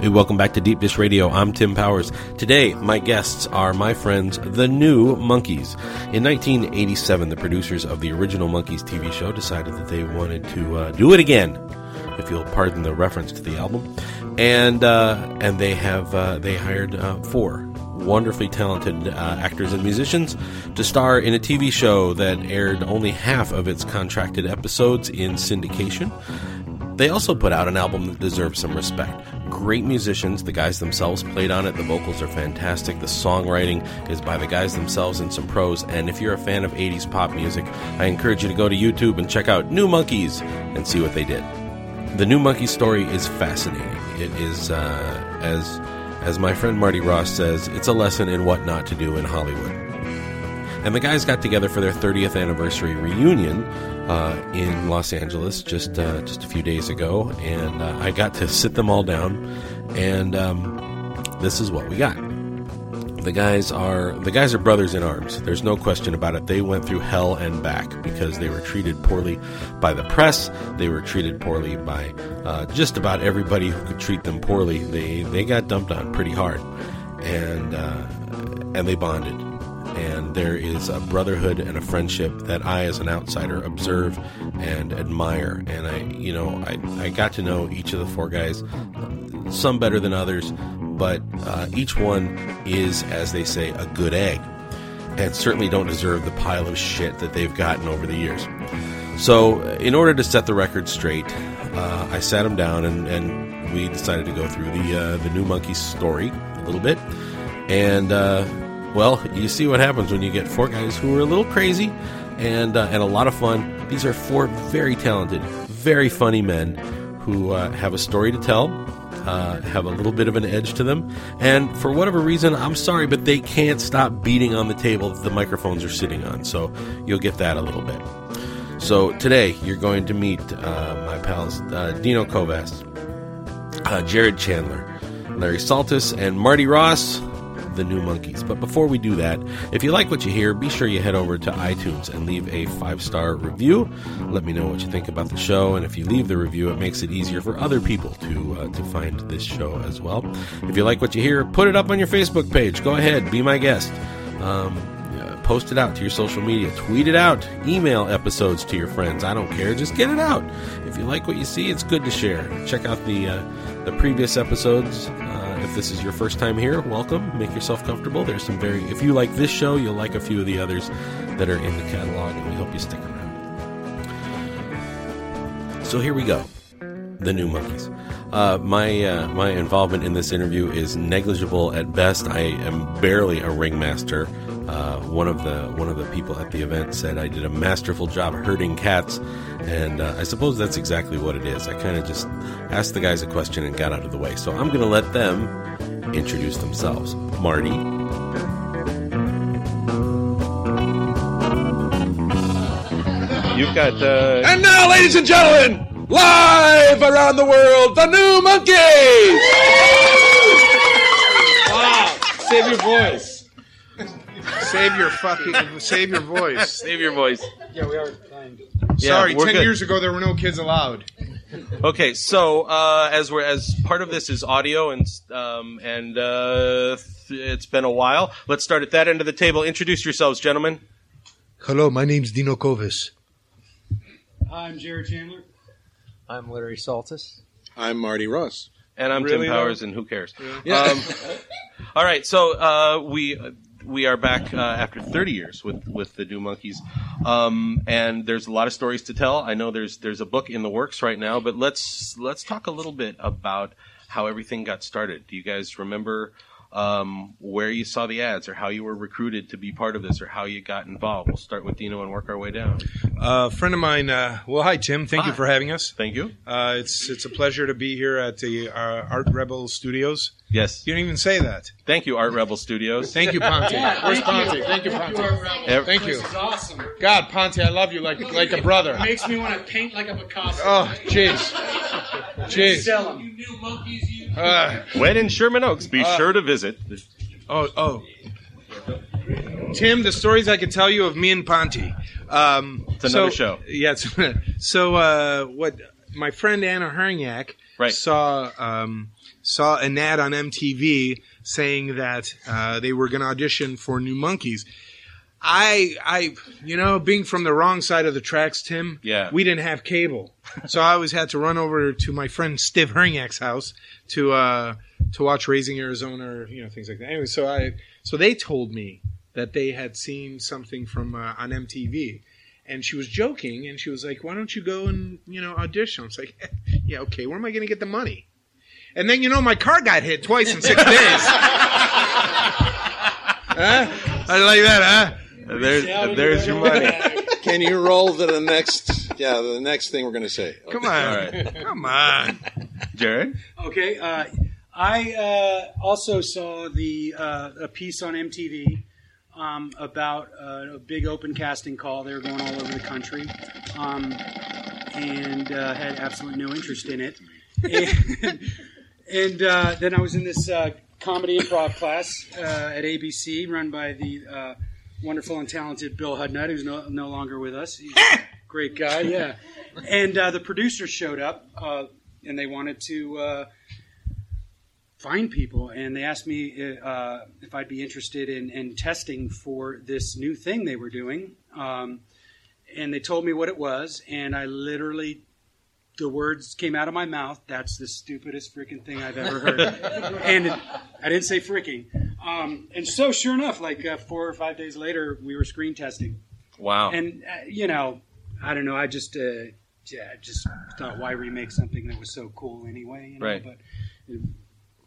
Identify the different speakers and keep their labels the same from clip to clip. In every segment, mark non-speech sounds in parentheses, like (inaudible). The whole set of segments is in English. Speaker 1: Hey, welcome back to Deep Dish Radio. I'm Tim Powers. Today, my guests are my friends, the new Monkees. In 1987, the producers of the original Monkees TV show decided that they wanted to uh, do it again, if you'll pardon the reference to the album, and uh, and they have uh, they hired uh, four wonderfully talented uh, actors and musicians to star in a TV show that aired only half of its contracted episodes in syndication. They also put out an album that deserves some respect. Great musicians, the guys themselves played on it, the vocals are fantastic, the songwriting is by the guys themselves and some pros, and if you're a fan of 80s pop music, I encourage you to go to YouTube and check out New Monkeys and see what they did. The New Monkey story is fascinating. It is, uh, as, as my friend Marty Ross says, it's a lesson in what not to do in Hollywood and the guys got together for their 30th anniversary reunion uh, in Los Angeles just uh, just a few days ago, and uh, I got to sit them all down, and um, this is what we got. The guys are the guys are brothers in arms. There's no question about it. They went through hell and back because they were treated poorly by the press. They were treated poorly by uh, just about everybody who could treat them poorly. They they got dumped on pretty hard, and uh, and they bonded and there is a brotherhood and a friendship that I, as an outsider, observe and admire. And I, you know, I, I got to know each of the four guys, some better than others, but uh, each one is, as they say, a good egg, and certainly don't deserve the pile of shit that they've gotten over the years. So, in order to set the record straight, uh, I sat them down and, and we decided to go through the uh, the new monkey story a little bit, and. Uh, well, you see what happens when you get four guys who are a little crazy and uh, and a lot of fun. These are four very talented, very funny men who uh, have a story to tell, uh, have a little bit of an edge to them, and for whatever reason, I'm sorry, but they can't stop beating on the table that the microphones are sitting on. So you'll get that a little bit. So today you're going to meet uh, my pals uh, Dino Kovas, uh, Jared Chandler, Larry Saltis, and Marty Ross, the new monkeys. But before we do that, if you like what you hear, be sure you head over to iTunes and leave a five star review. Let me know what you think about the show, and if you leave the review, it makes it easier for other people to uh, to find this show as well. If you like what you hear, put it up on your Facebook page. Go ahead, be my guest. Um, uh, post it out to your social media, tweet it out, email episodes to your friends. I don't care, just get it out. If you like what you see, it's good to share. Check out the uh, the previous episodes. Uh, if this is your first time here, welcome. Make yourself comfortable. There's some very if you like this show, you'll like a few of the others that are in the catalog, and we hope you stick around. So here we go the new monkeys. Uh, my uh, my involvement in this interview is negligible at best. I am barely a ringmaster. Uh, one of the one of the people at the event said I did a masterful job herding cats, and uh, I suppose that's exactly what it is. I kind of just asked the guys a question and got out of the way. So I'm going to let them introduce themselves. Marty,
Speaker 2: You've got uh,
Speaker 3: And now, ladies and gentlemen, live around the world, the new monkeys!
Speaker 4: Save your voice.
Speaker 5: Save your fucking, save your voice.
Speaker 2: save your voice.
Speaker 4: Yeah, we are trying to.
Speaker 2: Yeah,
Speaker 5: Sorry,
Speaker 2: we're
Speaker 5: ten
Speaker 2: good.
Speaker 5: years ago there were no kids allowed.
Speaker 2: Okay, so uh, as we're as part of this is audio and um, and uh, th- it's been a while. Let's start at that end of the table. Introduce yourselves, gentlemen.
Speaker 6: Hello, my name's Dino Kovis.
Speaker 4: I'm Jared Chandler. I'm Larry Saltis.
Speaker 3: I'm Marty Ross.
Speaker 2: And I'm Tim
Speaker 5: Really, though?
Speaker 2: Powers, and who cares? Um, (laughs) all right, so uh, we we are back uh, after 30 years with with the New Monkeys, um, and there's a lot of stories to tell. I know there's there's a book in the works right now, but let's let's talk a little bit about how everything got started. Do you guys remember? um, where you saw the ads or how you were recruited to be part of this or how you got involved. We'll start with Dino and work our way down.
Speaker 7: Uh, a friend of mine. Uh, well, hi Tim. Thank you for having us.
Speaker 2: Thank you.
Speaker 7: Uh, it's it's a pleasure to be here at the uh, Art Rebel Studios.
Speaker 2: Yes.
Speaker 7: You don't even say that.
Speaker 2: Thank you, Art Rebel Studios.
Speaker 7: Thank you, Ponte.
Speaker 5: Yeah, Where's
Speaker 4: thank
Speaker 5: Ponte?
Speaker 4: you.
Speaker 5: Thank you, Ponte.
Speaker 4: are right.
Speaker 2: Ev-
Speaker 5: Thank you.
Speaker 4: This is awesome.
Speaker 5: God, Ponte, I love you like like a brother.
Speaker 4: Makes me want to paint like a Picasso.
Speaker 5: Oh, jeez. Jeez.
Speaker 4: Sell 'em. You new monkeys, you.
Speaker 5: Uh,
Speaker 2: When in Sherman Oaks, be sure to visit.
Speaker 7: Oh, oh. Tim, the stories I could tell you of me and Ponte. Um,
Speaker 2: It's another
Speaker 7: so-
Speaker 2: show.
Speaker 7: Yeah. It's, (laughs) so uh, what? My friend Anna Herniak
Speaker 2: Right.
Speaker 7: saw um, saw an ad on MTV saying that uh, they were going to audition for New Monkeys. I, I, you know, being from the wrong side of the tracks, Tim.
Speaker 2: Yeah.
Speaker 7: We didn't have cable, so I always had to run over to my friend Stiv Herniak's house to uh, to watch Raising Arizona or you know things like that. Anyway, so I, so they told me that they had seen something from uh, on MTV, and she was joking, and she was like, "Why don't you go and you know audition?" I was like, (laughs) "Yeah, okay. Where am I going to get the money?" And then you know my car got hit twice in six days. huh? I like that, huh?
Speaker 2: There's, Uh, there's your money.
Speaker 8: (laughs) Can you roll to the next? Yeah, the next thing we're going to say.
Speaker 7: Come on, come on.
Speaker 2: Jared?
Speaker 4: Okay. Uh, I uh, also saw the uh, a piece on MTV um, about uh, a big open casting call. They were going all over the country, um, and uh, had absolutely no interest in it. And, (laughs) and, uh, then I was in this uh, comedy improv class uh, at ABC, run by the uh, wonderful and talented Bill Hudnut, who's no, no longer with us. He's a great guy, yeah. And uh, the producer showed up, uh, and they wanted to. Uh, find people and they asked me uh, if I'd be interested in, in testing for this new thing they were doing. Um, and they told me what it was, and I literally, the words came out of my mouth. That's the stupidest freaking thing I've ever heard. and it- I didn't say freaking. Um, and so, sure enough, like uh, four or five days later, we were screen testing.
Speaker 2: Wow.
Speaker 4: And uh, you know, I don't know. I just, uh, yeah, I just thought, why remake something that was so cool anyway? You know?
Speaker 2: Right.
Speaker 4: But uh,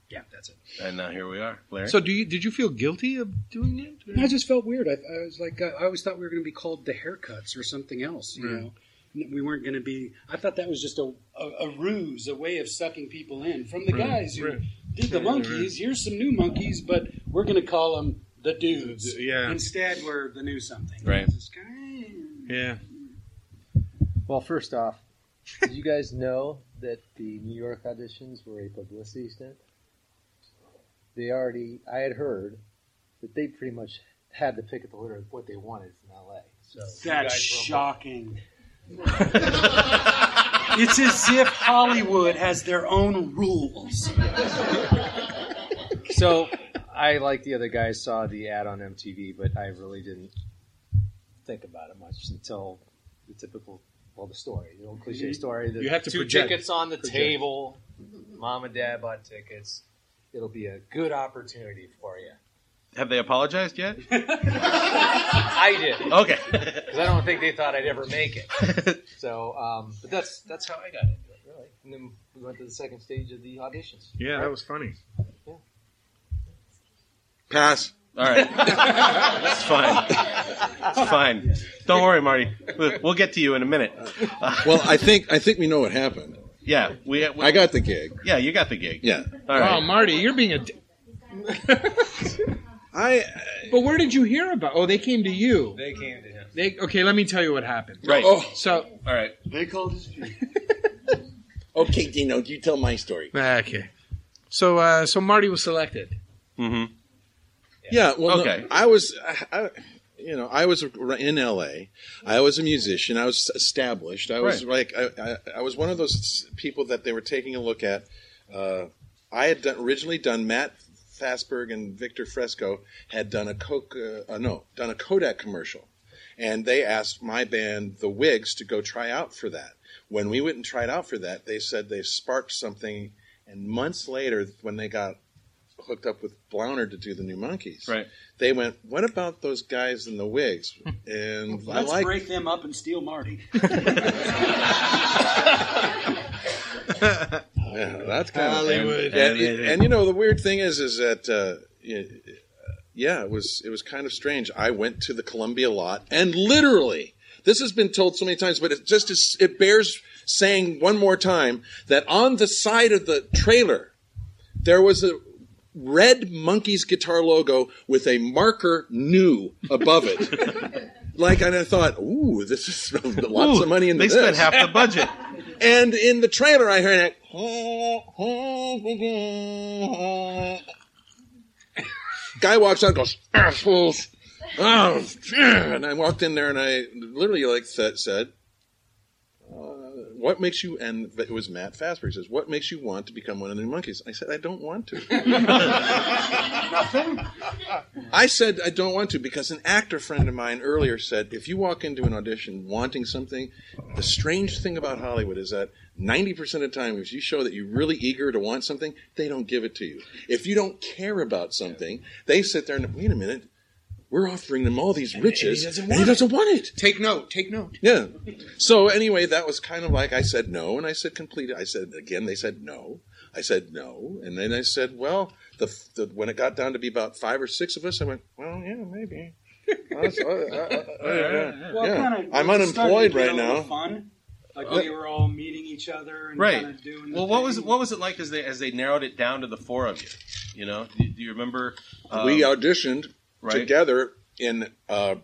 Speaker 4: yeah, that's it.
Speaker 2: And now here we are. Larry?
Speaker 7: So, do you did you feel guilty of doing it?
Speaker 4: I just felt weird. I, I was like, uh, I always thought we were going to be called the haircuts or something else. You know, N- we weren't going to be. I thought that was just a, a, a ruse, a way of sucking people in from the guys who
Speaker 7: right.
Speaker 4: did the monkeys. Here's some new monkeys, but we're going to call them the dudes.
Speaker 7: The- yeah.
Speaker 4: Instead, we're the new something.
Speaker 2: Right.
Speaker 4: It's just kinda-
Speaker 7: Yeah.
Speaker 9: Well, first off, did you guys know that the New York auditions were a publicity stunt? They already, I had heard that they pretty much had to pick at the litter of what they wanted from LA. So you guys
Speaker 4: That's
Speaker 9: were-
Speaker 4: shocking. it's as if Hollywood has their own rules.
Speaker 9: So I, like the other guys, saw the ad on MTV, but I really didn't think about it much until the typical, well, the story, the old cliche story. The
Speaker 7: You have to
Speaker 9: two
Speaker 7: project.
Speaker 9: tickets on the
Speaker 7: Project.
Speaker 9: table. Mom and Dad bought tickets. It'll be a good opportunity for you.
Speaker 2: Have they apologized yet?
Speaker 9: I did.
Speaker 2: Okay.
Speaker 9: because I don't think they thought I'd ever make it.
Speaker 7: (laughs)
Speaker 9: so, um, but that's that's how I got into it, really. And then we went to the second stage of the auditions.
Speaker 7: Yeah, that was funny.
Speaker 8: Pass.
Speaker 2: All right. That's fine. It's fine. Don't worry, Marty. We'll we'll get to you in a minute. (laughs)
Speaker 8: Well, I think I think we know what happened.
Speaker 2: Yeah. We, we-
Speaker 8: I got the gig.
Speaker 2: Yeah, you got the gig.
Speaker 8: Yeah.
Speaker 2: All right.
Speaker 7: Oh, Marty, you're being a. D-
Speaker 8: I
Speaker 7: but where did you hear about? Oh, they came to you.
Speaker 9: They came to him.
Speaker 7: They okay. Let me tell you what happened.
Speaker 2: right.
Speaker 8: oh
Speaker 7: So
Speaker 2: All right.
Speaker 8: okay, Dino, you tell my story.
Speaker 7: ah, okay. So uh, so Marty was selected.
Speaker 8: Yeah. Well, no,
Speaker 2: Okay.
Speaker 8: I was, I, I, you know, I was in L.A. I was a musician. I was established. I was like, I, I, I was one of those people that they were taking a look at. Uh, I had done, originally done Matt Fassberg and Victor Fresco had done a Coke, uh, uh, no, done a Kodak commercial, and they asked my band, the Wigs, to go try out for that. When we went and tried out for that, they said they sparked something, and months later, when they got hooked up with Blauner to do the new monkeys.
Speaker 2: Right.
Speaker 8: They went, What about those guys in
Speaker 4: (laughs)
Speaker 8: the wigs? And I
Speaker 4: Let's
Speaker 8: like
Speaker 4: break them up and steal Marty.
Speaker 8: yeah, that's kind of
Speaker 2: Hollywood.
Speaker 8: And, and, you know the weird thing is is that uh, it, yeah, it was it was kind of strange. I went to the Columbia lot and literally, this has been told so many times, but it just is, it bears saying one more time that on the side of the trailer there was a red monkey's guitar logo with a marker new above it. like and I thought, ooh, this is (laughs) lots
Speaker 2: Ooh,
Speaker 8: of money in
Speaker 2: they
Speaker 8: this.
Speaker 2: spent half the budget.
Speaker 8: and in the trailer, I heard it. Guy walks out, and goes assholes. Oh, and I walked in there, and I literally like said, said uh, "What makes you?" And it was Matt Fazbear. He says, "What makes you want to become one of the new monkeys?" I said, "I don't want to." I said I don't want to because an actor friend of mine earlier said if you walk into an audition wanting something, the strange thing about Hollywood is that 90% of the time, if you show that you're really eager to want something, they don't give it to you. If you don't care about something, they sit there and wait a minute, we're offering them all these riches,
Speaker 7: doesn't
Speaker 8: and he
Speaker 7: want it.
Speaker 8: doesn't want it.
Speaker 7: Take note. Oh, Take note.
Speaker 8: Yeah. So anyway, that was kind of like I said no, and I said complete. I said again. They said no. I said no, and then I said, well, the, the when it got down to be about five or six of us, I went, well, yeah, maybe. That's- uh, uh, uh, uh, yeah.
Speaker 4: Well,
Speaker 8: Yeah.
Speaker 4: kinda
Speaker 8: I'm
Speaker 4: started to
Speaker 8: unemployed
Speaker 4: get a
Speaker 8: right
Speaker 4: little
Speaker 8: now.
Speaker 4: Fun, like
Speaker 2: Uh,
Speaker 4: we were all meeting each other and
Speaker 2: right.
Speaker 4: kind of doing.
Speaker 2: well, what was what was it like as they as they narrowed it down to the four of you? You know, do, do you remember? um,
Speaker 8: we auditioned
Speaker 2: right.
Speaker 8: together in uh,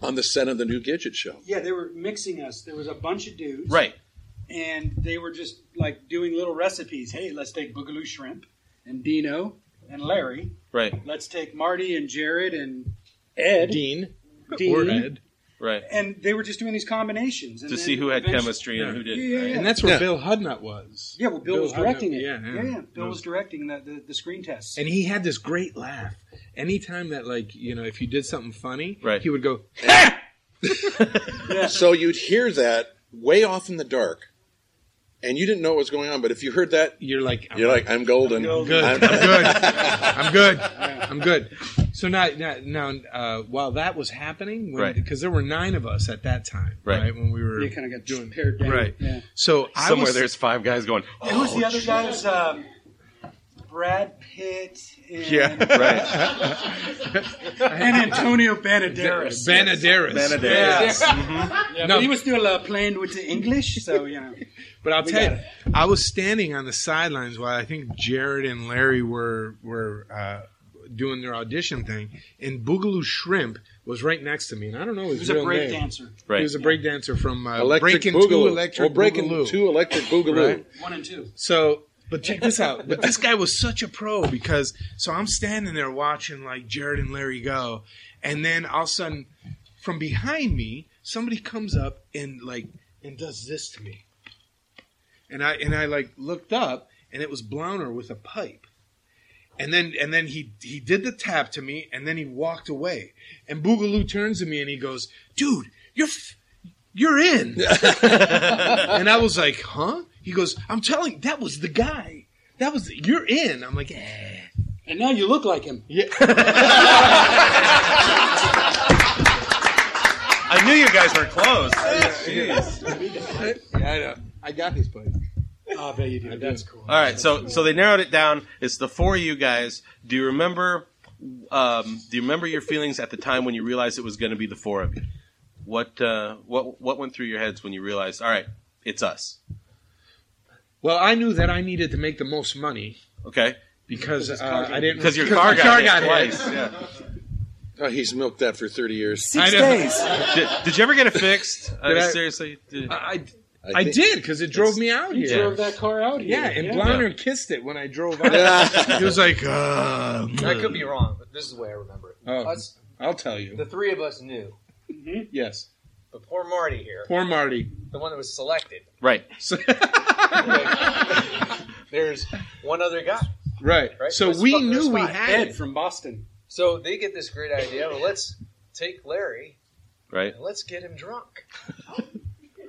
Speaker 8: on the set of the new Gidget show.
Speaker 4: Yeah, they were mixing us. There was a bunch of dudes,
Speaker 8: Right.
Speaker 4: And they were just like doing little recipes. Hey, let's take Boogaloo shrimp and Dino and Larry.
Speaker 2: right,
Speaker 4: Let's take Marty and Jared and Ed,
Speaker 7: Dean,
Speaker 4: Dean,
Speaker 7: or Ed.
Speaker 2: right.
Speaker 4: and they were just doing these combinations and
Speaker 2: To
Speaker 4: then
Speaker 2: see who had
Speaker 4: eventually-
Speaker 2: chemistry and who didn't.
Speaker 4: Yeah, yeah,
Speaker 2: right?
Speaker 4: yeah.
Speaker 7: And that's where Bill Hudnut was.
Speaker 4: Yeah, well, Bill, was
Speaker 7: Hudnut,
Speaker 4: directing it.
Speaker 7: Yeah, yeah.
Speaker 4: Bill was directing the, the, the screen tests.
Speaker 7: And he had this great laugh. Anytime that, like, you know, if you did something funny,
Speaker 2: Right.
Speaker 7: he would go,
Speaker 8: So you'd hear that way off in the dark, and you didn't know what was going on. But if you heard that,
Speaker 7: you're like,
Speaker 8: you're like, I'm golden.
Speaker 7: I'm good. I'm good. I'm good. I'm good. So now, now, now uh, while that was happening, because
Speaker 2: Right.
Speaker 7: there were nine of us at that time,
Speaker 2: Right.
Speaker 7: right? when we were
Speaker 4: You kind of got doing paired down.
Speaker 7: right.
Speaker 4: Yeah.
Speaker 7: So I
Speaker 2: Somewhere
Speaker 7: was,
Speaker 2: there's five guys going. Oh,
Speaker 4: And who's the other guy? It was um, Brad Pitt and,
Speaker 7: Yeah.
Speaker 2: (laughs) Right.
Speaker 4: and (laughs) Antonio Banderas.
Speaker 7: Banderas.
Speaker 2: Banderas.
Speaker 4: Yeah,
Speaker 7: No.
Speaker 4: but he was still uh, playing with the English, so you know.
Speaker 7: But I'll
Speaker 4: We
Speaker 7: tell
Speaker 4: got
Speaker 7: you, I was standing on the sidelines while I think Jared and Larry were were uh, doing their audition thing, and Boogaloo Shrimp was right next to me, and I don't know his
Speaker 4: He was a
Speaker 7: real
Speaker 4: break
Speaker 7: name.
Speaker 4: dancer.
Speaker 2: Right.
Speaker 7: He was a break dancer from uh,
Speaker 8: Electric
Speaker 7: Breaking
Speaker 8: Boogaloo.
Speaker 7: Two Electric
Speaker 8: Well, Breaking
Speaker 7: Boogaloo.
Speaker 8: Two Electric Boogaloo.
Speaker 7: Right.
Speaker 4: One and two.
Speaker 7: So, but check this out. But (laughs) this guy was such a pro because so I'm standing there watching like Jared and Larry go, and then all of a sudden, from behind me, somebody comes up and like and does this to me, and I and I like looked up, and it was Blauner with a pipe. And then and then he he did the tap to me, and then he walked away. And Boogaloo turns to me and he goes, "Dude, you're f- you're in." and I was like, "Huh?" He goes, "I'm telling that was the guy. That was you're in." I'm like, eh.
Speaker 4: And now you look like him.
Speaker 2: I knew you guys were close. Jeez.
Speaker 7: I know. I got these buddy.
Speaker 4: Oh, I bet you do. That's cool.
Speaker 2: All right, so so they narrowed it down. It's the four of you guys. Do you remember? Um, do you remember your feelings at the time when you realized it was going to be the four of you? What uh, what what went through your heads when you realized? All right, it's us.
Speaker 7: Well, I knew that I needed to make the most money
Speaker 2: Okay,
Speaker 7: because uh, I didn't
Speaker 2: because your
Speaker 7: my
Speaker 2: car got, hit
Speaker 7: hit.
Speaker 2: twice. Yeah.
Speaker 8: Oh, he's milked that for 30 years.
Speaker 7: I
Speaker 4: Six
Speaker 7: know.
Speaker 4: days.
Speaker 2: Did, did you ever get it fixed? I
Speaker 7: Did
Speaker 2: mean,
Speaker 7: I-
Speaker 2: seriously, did-
Speaker 7: I,
Speaker 8: I
Speaker 7: I,
Speaker 8: think-
Speaker 7: did because it drove me out
Speaker 4: You
Speaker 7: here.
Speaker 4: drove that car out here.
Speaker 7: yeah, and yeah. kissed it when I drove out.
Speaker 2: (laughs)
Speaker 7: he was like, uh,
Speaker 9: I could be wrong, but this is the way I remember it.
Speaker 7: Oh.
Speaker 9: Us,
Speaker 7: I'll tell you.
Speaker 9: the three of us knew,
Speaker 7: Yes.
Speaker 9: but poor Marty here,
Speaker 7: Poor Marty.
Speaker 9: the one that was selected.
Speaker 2: right.
Speaker 7: So-
Speaker 9: There's one other guy.
Speaker 7: right.
Speaker 9: Right,
Speaker 7: So
Speaker 9: let's
Speaker 7: we
Speaker 9: fuck-
Speaker 7: knew
Speaker 9: let's
Speaker 7: we
Speaker 9: fuck.
Speaker 7: had
Speaker 4: Ed
Speaker 7: it.
Speaker 4: from Boston.
Speaker 9: So they get this great idea. Well, let's take Larry
Speaker 2: Right.
Speaker 9: and let's get him drunk.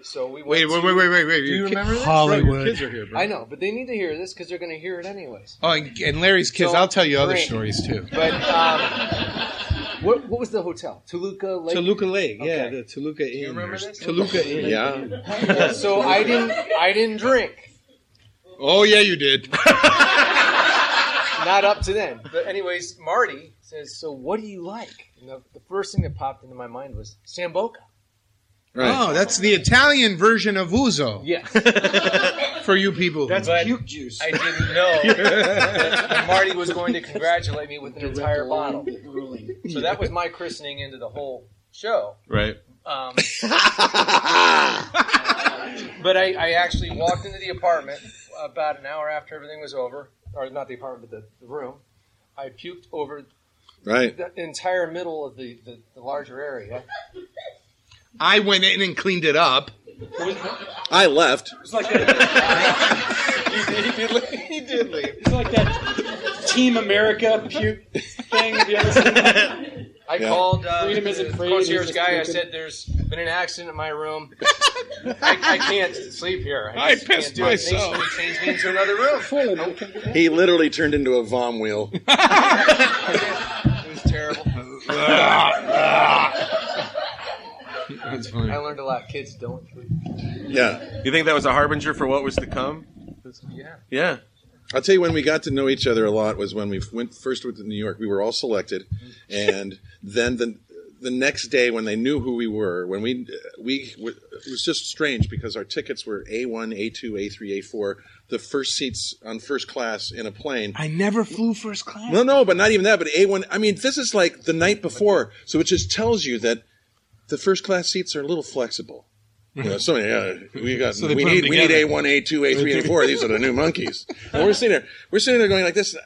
Speaker 9: So we
Speaker 7: Wait,
Speaker 9: went
Speaker 7: wait,
Speaker 9: to-
Speaker 7: wait, wait, wait, wait. Do
Speaker 9: you remember
Speaker 7: Bro,
Speaker 9: this?
Speaker 7: your
Speaker 6: Hollywood.
Speaker 7: kids are here, bro.
Speaker 9: I know, but they need to hear this because they're going to hear it anyways.
Speaker 7: Oh, and, and Larry's kids.
Speaker 9: So,
Speaker 7: I'll tell you other
Speaker 9: great.
Speaker 7: stories too.
Speaker 9: But um, what, what was the hotel? Toluca Lake.
Speaker 7: Toluca Lake, yeah,
Speaker 9: Okay.
Speaker 7: the Toluca Inn.
Speaker 9: remember
Speaker 7: or-
Speaker 9: this?
Speaker 7: Toluca Inn.
Speaker 8: Yeah.
Speaker 9: So I didn't. I didn't drink.
Speaker 7: Oh yeah, you did.
Speaker 9: not up to then. But anyways, Marty says, "So what do you like?" And the, the first thing that popped into my mind was Samboca.
Speaker 7: Oh, that's the Italian version of Uzo
Speaker 9: Yes,
Speaker 7: for you people.
Speaker 9: That's puke
Speaker 7: juice.
Speaker 9: I
Speaker 7: (laughs)
Speaker 9: didn't know that Marty was going to congratulate me with an entire
Speaker 4: (laughs)
Speaker 9: bottle. So that was my christening into the whole show.
Speaker 2: Right.
Speaker 8: (laughs)
Speaker 9: Um, but I, I actually walked into the apartment about an hour after everything was over, or not the apartment, but the, the room. I puked over
Speaker 8: Right.
Speaker 9: the entire middle of the, the, the larger area.
Speaker 7: I went in and cleaned it up.
Speaker 8: I left.
Speaker 4: It's like that. he did leave. It's like that Team America puke thing. Have you ever seen that?
Speaker 9: I
Speaker 4: Yeah.
Speaker 9: called uh,
Speaker 4: Freedom isn't
Speaker 9: the
Speaker 4: free,
Speaker 9: concierge
Speaker 4: it's just
Speaker 9: guy. I
Speaker 4: freaking-
Speaker 9: said, "There's been an accident in my
Speaker 8: (laughs)
Speaker 9: room. I, I can't sleep here.
Speaker 8: I
Speaker 9: just can't
Speaker 8: pissed
Speaker 9: do it. They
Speaker 8: myself."
Speaker 9: should Change me into another room.
Speaker 8: He literally turned into a vom wheel.
Speaker 9: It was terrible.
Speaker 7: That's funny.
Speaker 9: I learned a lot. Kids don't sleep.
Speaker 8: Yeah.
Speaker 2: You think that was a harbinger for what was to come?
Speaker 9: Yeah.
Speaker 2: Yeah.
Speaker 8: I'll tell you when we got to know each other a lot was when we went first went to New York. We were all selected, and then the the next day when they knew who we were, when we we were, it was just strange because our tickets were A one, A two, A three, A four, the first seats on first class in a plane.
Speaker 7: I never flew first class.
Speaker 8: No, no, but not even that. But A one. I mean, this is like the night before, so it just tells you that the first class seats are a little flexible. You know, so yeah, we got
Speaker 7: So they
Speaker 8: we
Speaker 7: put 'em
Speaker 8: need we need A
Speaker 7: together.
Speaker 8: one, A two, A three, A four. These are the
Speaker 7: (laughs)
Speaker 8: new monkeys. And we're sitting there, we're sitting there going like this. Uh,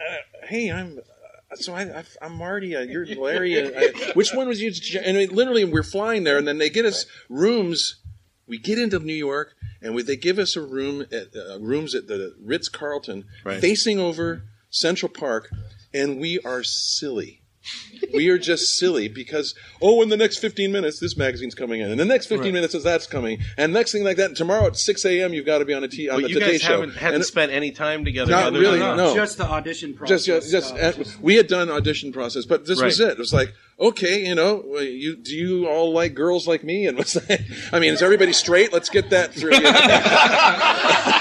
Speaker 8: uh, hey, I'm. Uh, so I, I, I'm Marty. Uh, you're Larry. Uh, I, which one was you? And it, literally, we're flying there, and then they get us rooms. We get into New York, and we, they give us a room at uh, rooms at the Ritz Carlton,
Speaker 2: Right.
Speaker 8: facing over Central Park, and we are silly we are just silly because oh in the next 15 minutes this magazine's coming in and the next 15 minutes is that's coming and next thing like that and tomorrow at 6 a.m you've got to be on a t on
Speaker 2: But
Speaker 8: the
Speaker 2: you
Speaker 8: today
Speaker 2: guys
Speaker 8: show
Speaker 2: haven't hadn't
Speaker 8: And-
Speaker 2: spent any time together.
Speaker 8: Not
Speaker 2: other
Speaker 8: really,
Speaker 2: Than
Speaker 8: no.
Speaker 4: Just the audition process. uh,
Speaker 8: just just, just
Speaker 4: stuff.
Speaker 8: at- we had done audition process but this was
Speaker 2: Right.
Speaker 8: it it was like okay you know well, you do you all like girls like me and what's that i mean is everybody straight let's get that through you know?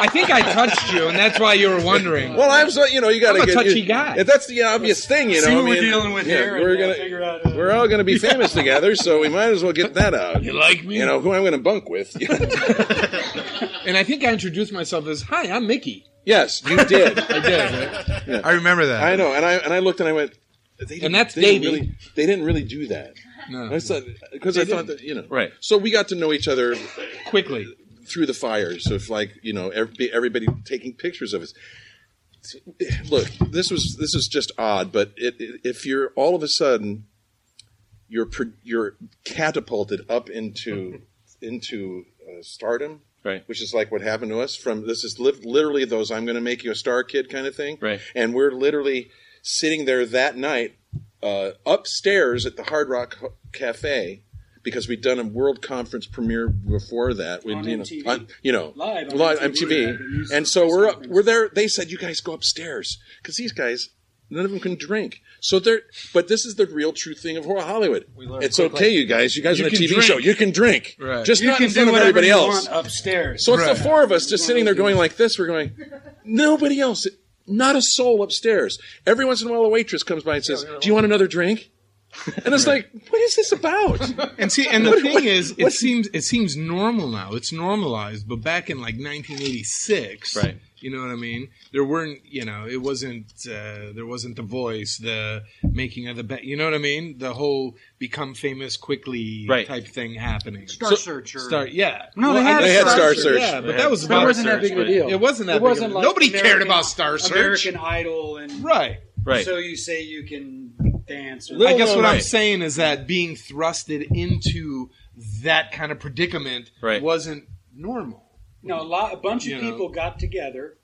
Speaker 7: I think I touched you, and that's why you were wondering.
Speaker 8: well i'm so you know you got to
Speaker 7: I'm a
Speaker 8: get
Speaker 7: touchy
Speaker 8: you-
Speaker 7: guy.
Speaker 8: if that's the obvious thing you know
Speaker 4: See what
Speaker 8: I
Speaker 4: we're
Speaker 8: mean,
Speaker 4: dealing with
Speaker 8: yeah,
Speaker 4: here. and
Speaker 8: we're
Speaker 4: then
Speaker 8: gonna
Speaker 4: figure out. uh,
Speaker 8: we're all going
Speaker 4: (laughs)
Speaker 8: to be famous together, so we might as well get that out. (laughs) You
Speaker 7: like me?
Speaker 8: You know who I'm going to bunk with. (laughs)
Speaker 7: And I think I introduced myself as, "Hi, I'm Mickey."
Speaker 8: yes, you did.
Speaker 7: I did. right? I remember that.
Speaker 8: I know, and I and I looked and I went. They didn't-
Speaker 7: And that's
Speaker 8: they didn't
Speaker 7: Davey.
Speaker 8: Really, they didn't really do that.
Speaker 7: No.
Speaker 8: I said because I thought that you know.
Speaker 2: Right.
Speaker 8: So we got to know each other
Speaker 7: Quickly.
Speaker 8: through the fires of like you know every, everybody taking pictures of us. Look, this was this is just odd, but it, it, if you're all of a sudden you're pro- you're catapulted up into into uh, stardom,
Speaker 2: Right.
Speaker 8: Which is like what happened to us. From this is li- literally those I'm going to make you a star kid kind of thing,
Speaker 2: Right.
Speaker 8: And we're literally sitting there that night uh, upstairs at the Hard Rock Ho- Cafe because we'd done a world conference premiere before that. We'd,
Speaker 4: On
Speaker 8: you know,
Speaker 4: MTV.
Speaker 8: on- you know,
Speaker 4: Live on
Speaker 8: live
Speaker 4: MTV,
Speaker 8: MTV.
Speaker 4: the news
Speaker 8: And so we're up,
Speaker 4: conference.
Speaker 8: we're there. They said you guys go upstairs because these guys. None of them can drink, so they're. But this is the real true thing of Hollywood.
Speaker 9: learned
Speaker 8: It's
Speaker 9: quickly.
Speaker 8: okay, you guys. You guys
Speaker 7: You
Speaker 8: are on a
Speaker 7: can
Speaker 8: TV
Speaker 7: drink.
Speaker 8: show. You can drink,
Speaker 7: Right.
Speaker 8: just
Speaker 4: You
Speaker 8: not
Speaker 4: can
Speaker 8: in front
Speaker 4: do
Speaker 8: of
Speaker 4: whatever
Speaker 8: everybody
Speaker 4: you
Speaker 8: else.
Speaker 4: want upstairs.
Speaker 8: uh, So it's
Speaker 7: Right.
Speaker 8: the four of us just sitting there going like this. We're going, nobody else, not a soul upstairs. Every once in a while, a waitress comes by and says, "Do you want another drink?" And it's like, what is this about?
Speaker 7: And see,
Speaker 2: (laughs)
Speaker 7: and the thing is, it seems it seems normal now. It's normalized, but back in like 1986,
Speaker 2: Right.
Speaker 7: You know what I mean? There weren't, you know, it wasn't uh, there wasn't the voice, the making of the bet. You know what I mean? The whole become famous quickly
Speaker 2: Right.
Speaker 7: type thing happening.
Speaker 4: Star Search or-
Speaker 7: Start, yeah.
Speaker 4: No, they
Speaker 7: I
Speaker 4: had
Speaker 7: guess-
Speaker 8: They had Star Search.
Speaker 7: Yeah, but
Speaker 2: They
Speaker 7: that
Speaker 2: had
Speaker 7: was
Speaker 2: Star
Speaker 7: about
Speaker 4: it wasn't
Speaker 2: Search,
Speaker 4: that big of a
Speaker 2: right.
Speaker 4: deal.
Speaker 7: It wasn't that
Speaker 4: It
Speaker 7: big of
Speaker 4: wasn't
Speaker 7: a-
Speaker 4: like
Speaker 7: nobody cared
Speaker 4: American-
Speaker 7: about Star Search.
Speaker 4: American Idol and
Speaker 7: Right.
Speaker 2: Right.
Speaker 4: So you say you can dance. Or
Speaker 7: I guess
Speaker 8: no,
Speaker 7: what I'm
Speaker 8: right.
Speaker 7: saying is that being thrusted into that kind of predicament
Speaker 2: Right.
Speaker 7: wasn't normal.
Speaker 4: No, a lot, a bunch of
Speaker 7: You know.
Speaker 4: people got together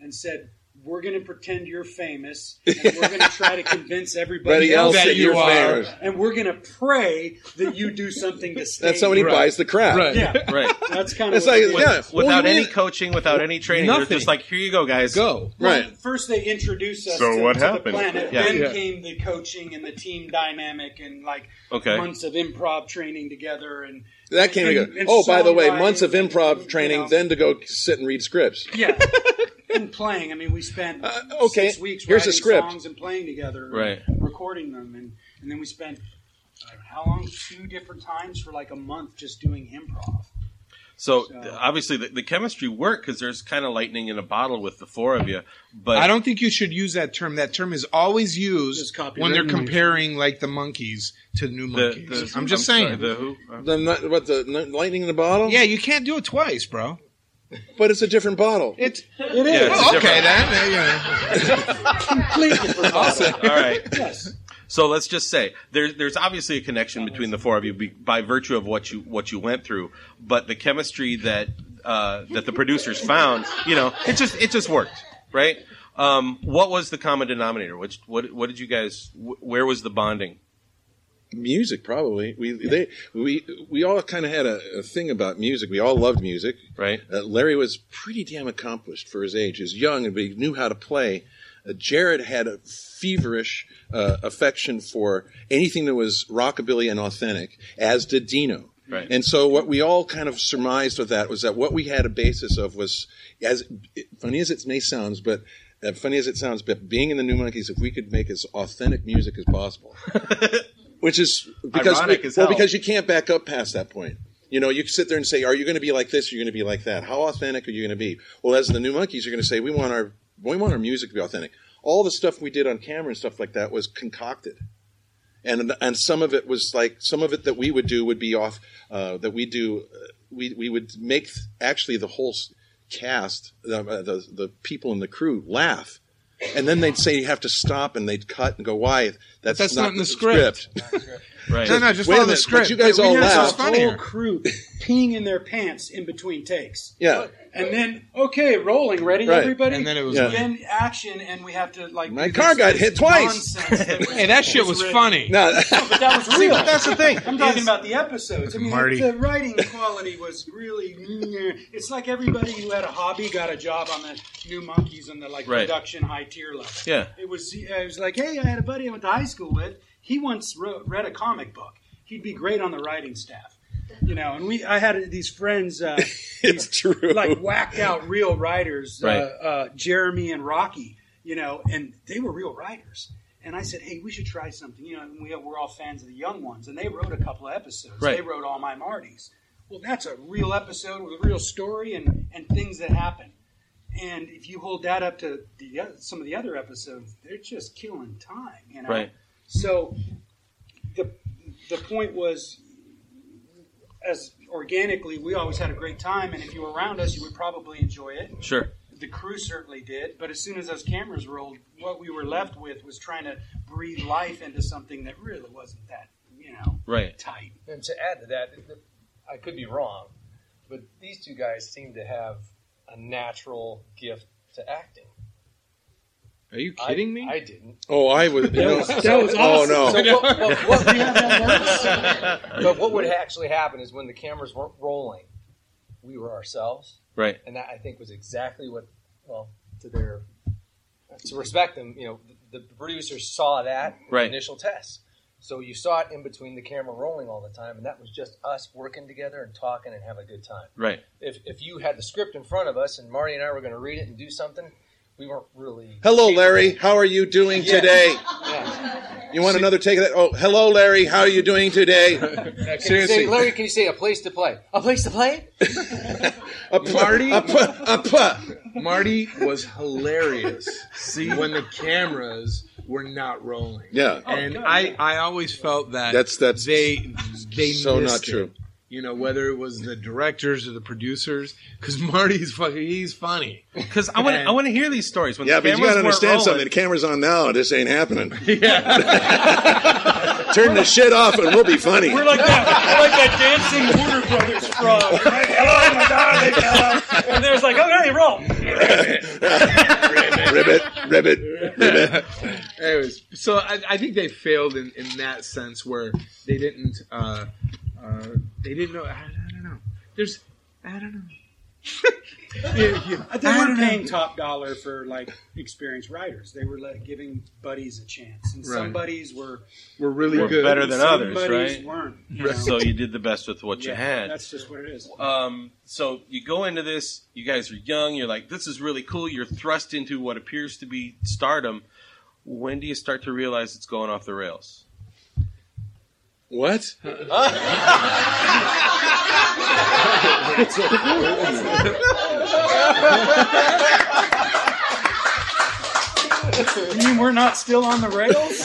Speaker 4: and said, "We're going to pretend you're famous, and we're going to try to convince everybody
Speaker 8: Everybody
Speaker 4: else,
Speaker 8: else
Speaker 7: that
Speaker 8: that
Speaker 7: you
Speaker 8: you're
Speaker 7: are.
Speaker 8: famous.
Speaker 4: and we're going to pray that you do something to stay."
Speaker 8: That's how many
Speaker 4: here."
Speaker 8: buys the crap.
Speaker 7: Right.
Speaker 4: Yeah,
Speaker 2: Right.
Speaker 4: that's kind of
Speaker 8: It's like, yeah, well,
Speaker 2: Without
Speaker 8: you
Speaker 2: any
Speaker 8: mean-
Speaker 2: coaching, without any training,
Speaker 7: Nothing.
Speaker 2: they're just like, here you go, guys.
Speaker 7: Go.
Speaker 8: right.
Speaker 4: First, they introduce us
Speaker 2: So
Speaker 4: to,
Speaker 2: what
Speaker 4: to
Speaker 2: happened?
Speaker 4: the planet.
Speaker 2: Yeah.
Speaker 4: Then
Speaker 7: Yeah.
Speaker 4: came the coaching and the team dynamic and like
Speaker 2: Okay.
Speaker 4: months of improv training together. And
Speaker 8: That came
Speaker 4: and-
Speaker 8: and, go.
Speaker 4: and
Speaker 8: Oh, by the way,
Speaker 4: songwriting
Speaker 8: months of
Speaker 4: and,
Speaker 8: improv
Speaker 4: you
Speaker 8: training,
Speaker 4: know.
Speaker 8: then to go sit and read scripts.
Speaker 4: yeah, and playing. I mean, we spent
Speaker 8: Uh, okay,
Speaker 4: six weeks
Speaker 8: here's the
Speaker 4: writing
Speaker 8: script.
Speaker 4: songs and playing together, and
Speaker 8: Right.
Speaker 4: Recording them, and, and then we spent I don't know, how long? Two different times for like a month just doing improv.
Speaker 2: So, th- obviously the, the chemistry worked because there's kind of lightning in a bottle with the four of you. But
Speaker 7: I don't think you should use that term. That term is always used when they're
Speaker 2: copyrighted.
Speaker 7: comparing like the monkeys to new monkeys.
Speaker 8: the-
Speaker 7: I'm just
Speaker 8: I'm
Speaker 7: saying.
Speaker 8: sorry, the
Speaker 2: who?
Speaker 8: The nu- what the nu- lightning in the bottle?
Speaker 7: Yeah, you can't do it twice, bro.
Speaker 8: But it's a different bottle. (laughs)
Speaker 7: It it
Speaker 8: is.
Speaker 2: Yeah, it's
Speaker 7: Oh, okay
Speaker 2: different.
Speaker 7: then. Yeah.
Speaker 2: Awesome. All
Speaker 8: (laughs)
Speaker 2: right.
Speaker 4: Yes.
Speaker 2: So let's just say there, there's obviously a connection between the four of you be, by virtue of what you what you went through, but the chemistry that uh, that the producers found, you know, it just it just worked, right? Um, what was the common denominator? Which what what did you guys? wh- Where was the bonding?
Speaker 8: music probably we they we we all kind of had a, a thing about music we all loved music
Speaker 2: right
Speaker 8: uh, larry was pretty damn accomplished for his age he was young and he knew how to play uh, jared had a feverish uh, affection for anything that was rockabilly and authentic as did dino
Speaker 2: Right.
Speaker 8: and so what we all kind of surmised with that was that what we had a basis of was as funny as it may sounds but uh, funny as it sounds but being in the new monkeys if we could make as authentic music as possible which is because
Speaker 2: Ironic as
Speaker 8: well,
Speaker 2: hell.
Speaker 8: because you can't back up past that point. You know, you can sit there and say, "Are you going to be like this? Are you going to be like that? How authentic are you going to be?" Well, as the new monkeys, you're going to say, "We want our we want our music to be authentic." All the stuff we did on camera and stuff like that was concocted, and and some of it was like some of it that we would do would be off uh, that we do uh, we we would make th- actually the whole s- cast the, uh, the the people in the crew laugh. And then they'd say you have to stop, and they'd cut and go, "Why? That's,
Speaker 7: that's not in the
Speaker 8: script.
Speaker 2: Right.
Speaker 8: No, no, just follow the script. you guys all laugh.
Speaker 4: The whole crew peeing in their pants in between takes.
Speaker 8: Yeah.
Speaker 4: And then okay, rolling, ready,
Speaker 8: Right.
Speaker 4: everybody.
Speaker 8: And then it was
Speaker 4: And
Speaker 8: like-
Speaker 4: then action, and we have to like.
Speaker 8: My
Speaker 4: do
Speaker 8: car
Speaker 4: this-
Speaker 8: got
Speaker 4: this
Speaker 8: hit twice.
Speaker 4: nonsense
Speaker 8: (laughs)
Speaker 4: that
Speaker 8: Oh,
Speaker 7: Hey, that shit was funny.
Speaker 8: No,
Speaker 4: but that was real.
Speaker 7: but that's the thing.
Speaker 4: I'm talking
Speaker 7: Is-
Speaker 4: about the episodes. I mean,
Speaker 7: Marty.
Speaker 4: the writing quality was really. mm-hmm. It's like everybody who had a hobby got a job on the New Monkeys on the like
Speaker 2: Right.
Speaker 4: production high tier level.
Speaker 2: Yeah.
Speaker 4: it was. It was like, hey, I had a buddy I went to high school with. He once wrote, read a comic book. He'd be great on the writing staff. You know, and we, I had these
Speaker 2: (laughs)
Speaker 4: friends, uh,
Speaker 8: it's true.
Speaker 4: like whacked out real writers,
Speaker 2: Right.
Speaker 4: uh, uh, Jeremy and Rocky, you know, and they were real writers. And I said, hey, we should try something. You know, and we, we're all fans of the young ones, and they wrote a couple of episodes.
Speaker 2: Right.
Speaker 4: They wrote All My Martys. Well, that's a real episode with a real story and, and things that happen. And if you hold that up to the oth- some of the other episodes, they're just killing time, you know.
Speaker 2: Right.
Speaker 4: So the the point was as organically, we always had a great time, and if you were around us, you would probably enjoy it.
Speaker 2: Sure.
Speaker 4: The crew certainly did, but as soon as those cameras rolled, what we were left with was trying to breathe life into something that really wasn't that, you
Speaker 8: (laughs)
Speaker 4: know,
Speaker 2: Right.
Speaker 4: tight.
Speaker 9: And to add to that, th- th- I could be wrong, but these two guys seem to have a natural gift to acting.
Speaker 7: Are you
Speaker 9: I-
Speaker 7: kidding me?
Speaker 9: I didn't.
Speaker 8: Oh, I was.
Speaker 9: That was- that was
Speaker 8: Oh
Speaker 9: awesome.
Speaker 8: no.
Speaker 9: So what- what- what-
Speaker 4: Do you have that
Speaker 9: works? But what would actually happen is when the cameras weren't rolling, we were ourselves,
Speaker 2: Right.
Speaker 9: and that I think was exactly what. Well, to their to respect them, you know, the, the producers saw that in
Speaker 2: Right.
Speaker 9: the initial tests. So you saw it in between the camera rolling all the time, and that was just us working together and talking and having a good time.
Speaker 2: Right.
Speaker 9: If, if you had the script in front of us and Marty and I were going to read it and do something, we weren't really.
Speaker 8: Hello, Larry. How are you doing
Speaker 9: Yeah.
Speaker 8: today?
Speaker 9: Yeah.
Speaker 8: You want another take of that? Oh, hello, Larry. How are you doing today?
Speaker 9: Can you
Speaker 8: Seriously.
Speaker 9: say, Larry, can you say a place to play? A place to play?
Speaker 8: A pu-
Speaker 7: Marty?
Speaker 8: (laughs) A pu- a pu-
Speaker 7: Marty was hilarious
Speaker 2: See?
Speaker 7: when the cameras were not rolling.
Speaker 8: Yeah.
Speaker 7: and I, I always felt that
Speaker 8: That's- that's
Speaker 7: they they
Speaker 8: so
Speaker 7: missed
Speaker 8: not
Speaker 7: it.
Speaker 8: true.
Speaker 7: You know whether it was the directors or the producers, because Marty's fucking he's funny.
Speaker 2: Because I want I want to hear these stories when
Speaker 8: Yeah,
Speaker 2: the
Speaker 8: but you
Speaker 2: cameras
Speaker 8: gotta
Speaker 2: weren't
Speaker 8: understand
Speaker 2: rolling.
Speaker 8: something. The camera's on now. This
Speaker 2: (laughs)
Speaker 8: ain't happening. (laughs) Turn the shit off, and we'll be funny.
Speaker 4: We're like that, we're like that dancing Warner Brothers frog. We're like, hello, my darling, hello. And there's like, oh, okay, roll.
Speaker 8: ribbit, ribbit, ribbit.
Speaker 7: Anyways, so I, I think they failed in, in that sense where they didn't uh, uh, they didn't know. (laughs) I, I don't know. There's I don't know.
Speaker 4: They weren't paying top dollar for like experienced writers. They were like, giving buddies a chance, and some
Speaker 2: Right.
Speaker 4: buddies were
Speaker 7: Were
Speaker 2: really good. better than
Speaker 4: some
Speaker 2: others,
Speaker 4: buddies
Speaker 2: right?
Speaker 4: Weren't you
Speaker 2: Right.
Speaker 4: know?
Speaker 2: So you did the best with what you
Speaker 4: Yeah,
Speaker 2: had.
Speaker 4: That's just what it is.
Speaker 2: Um, so you go into this, you guys are young, you're like, this is really cool. You're thrust into what appears to be stardom. When do you start to realize it's going off the rails?
Speaker 8: What?
Speaker 4: You mean we're not still on the
Speaker 2: (laughs)
Speaker 4: rails?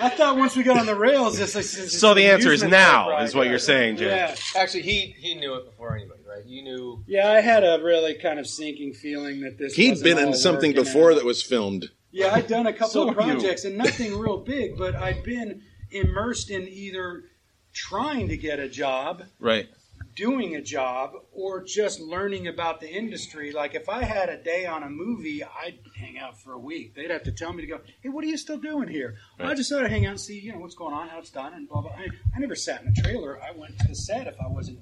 Speaker 4: I thought once we got on the rails, it's like.
Speaker 2: So the answer is now, is what you're saying, Jay.
Speaker 4: Yeah.
Speaker 9: Actually, he he knew it before anybody, right? You knew.
Speaker 4: Yeah, I had a really kind of sinking feeling that this.
Speaker 8: He'd
Speaker 4: wasn't
Speaker 8: been
Speaker 4: all
Speaker 8: in something
Speaker 4: working
Speaker 8: before
Speaker 4: out.
Speaker 8: that was filmed.
Speaker 4: Yeah, I'd done a couple
Speaker 8: So
Speaker 4: of
Speaker 8: are you.
Speaker 4: projects and nothing real big, but I'd been immersed in either trying to get a job,
Speaker 2: Right.
Speaker 4: doing a job, or just learning about the industry. Like if I had a day on a movie, I'd hang out for a week. They'd have to tell me to go. Hey, what are you still doing here? Well, I
Speaker 10: Right.
Speaker 4: just thought I'd hang out and see, you know, what's going on, how it's done, and blah blah. I, I never sat in a trailer. I went to the set if I wasn't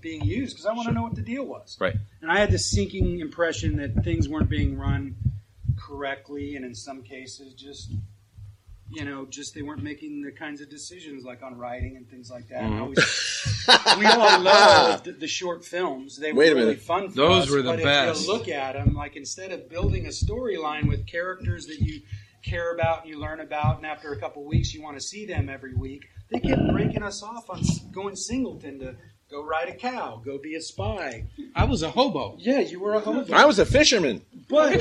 Speaker 4: being used because I want to know what the deal was.
Speaker 2: Right.
Speaker 4: And I had this sinking impression that things weren't being run correctly, and in some cases, just you know, just they weren't making the kinds of decisions like on writing and things like that. And I
Speaker 7: Mhm.
Speaker 4: always- we
Speaker 7: (laughs)
Speaker 4: all loved the short films; they were
Speaker 7: Wait a
Speaker 4: really
Speaker 7: minute.
Speaker 4: fun. For
Speaker 7: Those
Speaker 4: us,
Speaker 7: were the
Speaker 4: but If
Speaker 7: best.
Speaker 4: you look at them, like instead of building a storyline with characters that you care about and you learn about, and after a couple weeks you want to see them every week, they kept breaking us off on s- going singleton to go ride a cow, go be a spy.
Speaker 7: I was a hobo.
Speaker 4: Yeah, you were a hobo.
Speaker 8: I was a fisherman.
Speaker 2: (laughs)
Speaker 4: But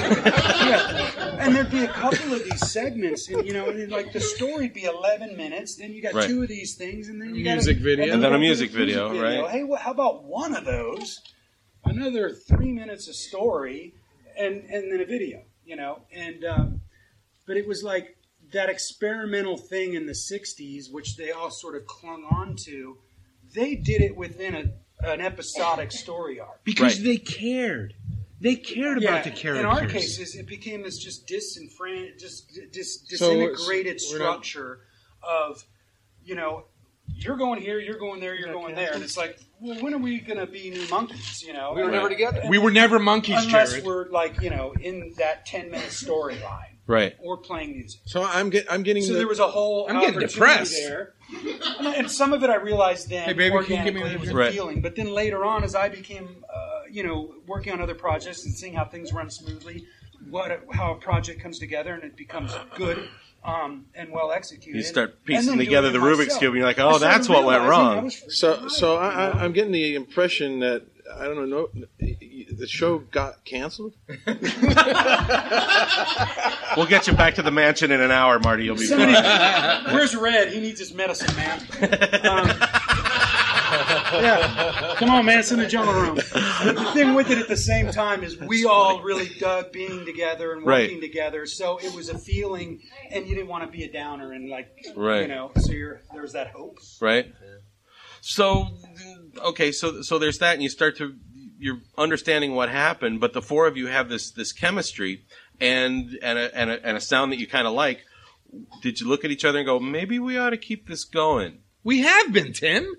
Speaker 4: yeah, and there'd be a couple of these segments, and you know, and like the story'd be eleven minutes. Then you got
Speaker 2: Right.
Speaker 4: two of these things, and then you
Speaker 2: Music
Speaker 4: got
Speaker 2: video. And then a music video, right.
Speaker 4: Hey, wha how about one of those? Another three minutes of story, and and then a video. You know, and um, but it was like that experimental thing in the '60s, which they all sort of clung on to. They did it within a, an episodic story arc.
Speaker 7: Because they cared. They cared about the characters.
Speaker 4: In our cases, it became this just disenfran- just dis-
Speaker 7: So-
Speaker 4: disintegrated
Speaker 7: so we're not-
Speaker 4: structure of, you know, you're going here, you're going there, you're going there, and it's like, well, when are we going to be new monkeys? You know,
Speaker 7: We were never together.
Speaker 4: And-
Speaker 7: We were never monkeys,
Speaker 4: unless
Speaker 7: Jared.
Speaker 4: we're like you know in that ten minute storyline,
Speaker 2: Right.
Speaker 4: Or playing music.
Speaker 8: So I'm get, I'm getting.
Speaker 4: So
Speaker 8: the-
Speaker 4: there was a whole.
Speaker 8: I'm getting
Speaker 4: opportunity
Speaker 8: depressed.
Speaker 4: there. And, and some of it I realized then.
Speaker 7: Hey, baby, can you give me
Speaker 4: organically,
Speaker 7: another
Speaker 4: it was a
Speaker 7: drink? Right.
Speaker 4: feeling. But then later on, as I became, uh, you know, working on other projects and seeing how things run smoothly, what how a project comes together and it becomes good um, and well executed.
Speaker 2: You start
Speaker 4: And then
Speaker 2: piecing
Speaker 4: doing
Speaker 2: together the
Speaker 4: it
Speaker 2: Rubik's
Speaker 4: myself.
Speaker 2: Cube, and you're like,
Speaker 4: I
Speaker 2: oh,
Speaker 4: started
Speaker 2: that's what went
Speaker 4: realizing I
Speaker 2: wrong.
Speaker 4: was
Speaker 8: So, so I, I, I'm getting the impression that I don't know. No, the show got canceled.
Speaker 2: We'll get you back to the mansion in an hour, Marty. You'll be
Speaker 4: Somebody-
Speaker 2: fine.
Speaker 4: (laughs) where's Red? He needs his medicine, man. Um,
Speaker 8: (laughs)
Speaker 4: yeah, come on, man, send the jungle room. The thing with it at the same time is we all really dug being together and
Speaker 2: Right.
Speaker 4: working together, so it was a feeling, and you didn't want to be a downer, and like, you
Speaker 2: Right.
Speaker 4: know, so you're, there's that hope.
Speaker 2: right? So, okay, so so there's that, and you start to you're understanding what happened, but the four of you have this this chemistry and and a, and a, and a sound that you kind of like. Did you look at each other and go, maybe we ought to keep this going?
Speaker 7: We have been Tim.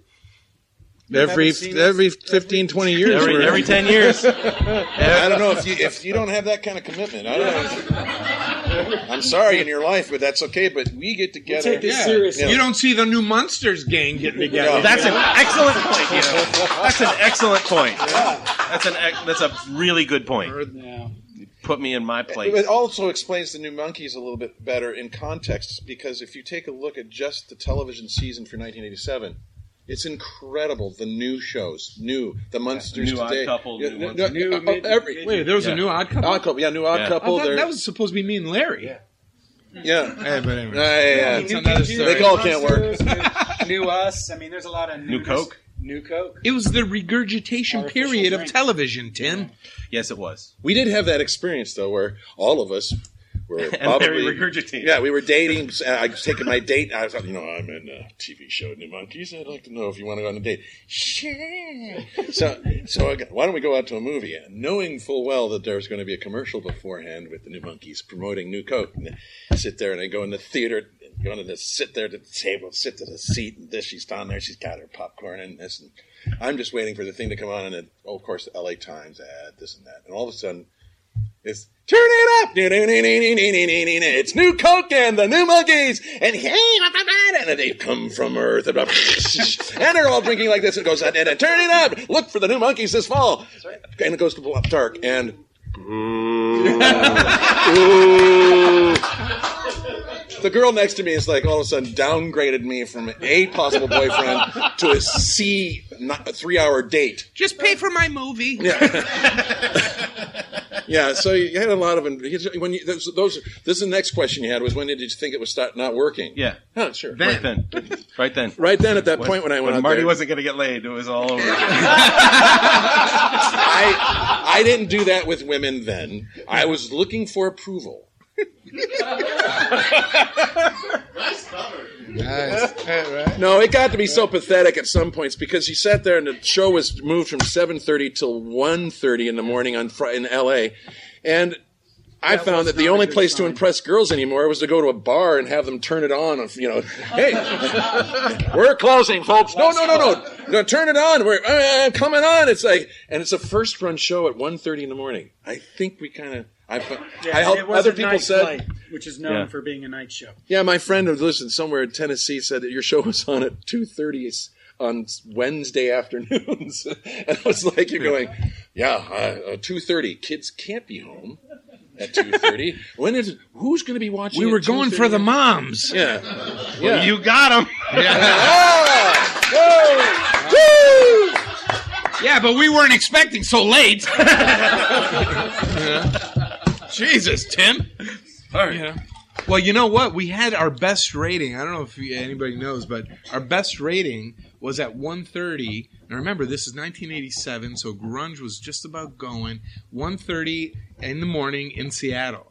Speaker 8: Every every 15, 20 years.
Speaker 2: Every-
Speaker 8: we're-
Speaker 2: every 10
Speaker 8: (laughs)
Speaker 2: years.
Speaker 8: I don't know if you if you don't have that kind of commitment. I don't know. I'm sorry in your life, but that's okay. But we get together. Yeah. Yeah.
Speaker 7: You don't see the new Monsters gang getting together.
Speaker 8: No. (laughs) That's an
Speaker 2: excellent point. You know? That's an excellent point. That's an ex- that's a really good point. Put me in my place.
Speaker 8: It also explains the new monkeys a little bit better in context because if you take a look at just the television season for 1987, it's incredible the new shows, new the monsters
Speaker 7: New Odd
Speaker 8: today,
Speaker 7: Couple,
Speaker 8: Yeah,
Speaker 7: new
Speaker 8: no,
Speaker 7: Monsters.
Speaker 8: no,
Speaker 7: New
Speaker 8: uh,
Speaker 7: Mid-
Speaker 8: every-
Speaker 7: Mid- Wait, there was a Yeah. new Odd Couple?
Speaker 8: Odd couple, yeah, new odd
Speaker 7: I
Speaker 8: couple.
Speaker 7: thought
Speaker 8: there-
Speaker 7: that was supposed to be me and Larry. Yeah.
Speaker 8: yeah,
Speaker 7: Hey, but anyway.
Speaker 8: Yeah, yeah, yeah.
Speaker 7: It's another story.
Speaker 8: They all Oh, can't work.
Speaker 4: New, new us. I mean, there's a lot of
Speaker 7: New
Speaker 4: newness.
Speaker 7: Coke?
Speaker 4: New Coke.
Speaker 7: It was the regurgitation
Speaker 4: Artificial
Speaker 7: period
Speaker 4: drink.
Speaker 7: of television, Tim.
Speaker 2: Yes, it was. (laughs)
Speaker 8: We did have that experience though, where all of us were
Speaker 2: And
Speaker 8: probably
Speaker 2: very regurgitated.
Speaker 8: Yeah, we were dating. uh, I was taking my date. I was, like, you know, I'm in a TV show, New Monkeys. I'd like to know if you want to go on a date. Sure. So, so I go, why don't we go out to a movie, knowing full well that there's going to be a commercial beforehand with the New Monkeys promoting New Coke. And I sit there and I go in the theater. and going to just sit there to the table, sit to the seat, and this. She's down there. She's got her popcorn and this. And I'm just waiting for the thing to come on, and it, oh, of course, the L.A. Times ad, this and that. And all of a sudden, it's turn it up. It's new Coke and the new monkeys. And hey, blah, blah, blah, and they've come from Earth. And, blah, blah, blah, and they're all drinking like this. And it goes, and, and, turn it up. Look for the new monkeys this fall. And it goes to bl- dark. And. (laughs) The girl next to me is like all of a sudden downgraded me from a possible boyfriend to a C, not a three-hour date.
Speaker 7: Just pay for my movie.
Speaker 8: Yeah. yeah. So you had a lot of when you, those, those. This is the next question you had was when did you think it was start not working?
Speaker 2: Yeah.
Speaker 8: Huh, sure.
Speaker 2: Right then. Right then.
Speaker 8: Right then, at that point when I went out
Speaker 2: Marty
Speaker 8: there-
Speaker 2: wasn't going to get laid, it was all over. Again.
Speaker 8: I I didn't do that with women then. I was looking for approval. (laughs) No, it got to be so pathetic at some points because he sat there and the show was moved from 7:30 till 1:30 in the morning on Fri in LA. And I found that the only place to impress girls anymore was to go to a bar and have them turn it on. Of you know, hey, we're closing, folks. No, no, no, no, no. Turn it on. We're uh, coming on. It's like, and it's a first-run show at 1.30 in the morning. I think we kind of. I, fu- I
Speaker 4: and
Speaker 8: helped
Speaker 4: it was
Speaker 8: other
Speaker 4: a
Speaker 8: people
Speaker 4: night
Speaker 8: said.
Speaker 4: flight, which is known
Speaker 8: Yeah.
Speaker 4: for being a night show.
Speaker 8: Yeah, my friend who lives in somewhere in Tennessee said that your show was on at two thirty on Wednesday afternoons, (laughs) and I was like, "You're going, yeah, uh, two thirty. Kids can't be home at
Speaker 7: (laughs)
Speaker 8: two thirty. When is who's going to be watching?
Speaker 7: We
Speaker 8: at
Speaker 7: were going for
Speaker 8: 2:30?
Speaker 7: the moms.
Speaker 8: Yeah,
Speaker 2: Well, you got
Speaker 8: (laughs)
Speaker 2: him.
Speaker 7: (laughs) Yeah, but we weren't expecting so (laughs) late. Jesus, Tim. All right. Well, you know what? We had our best rating. I don't know if you- anybody knows, but our best rating was at 1:30. Now remember, this is 1987, so grunge was just about going. 1:30 in the morning in Seattle.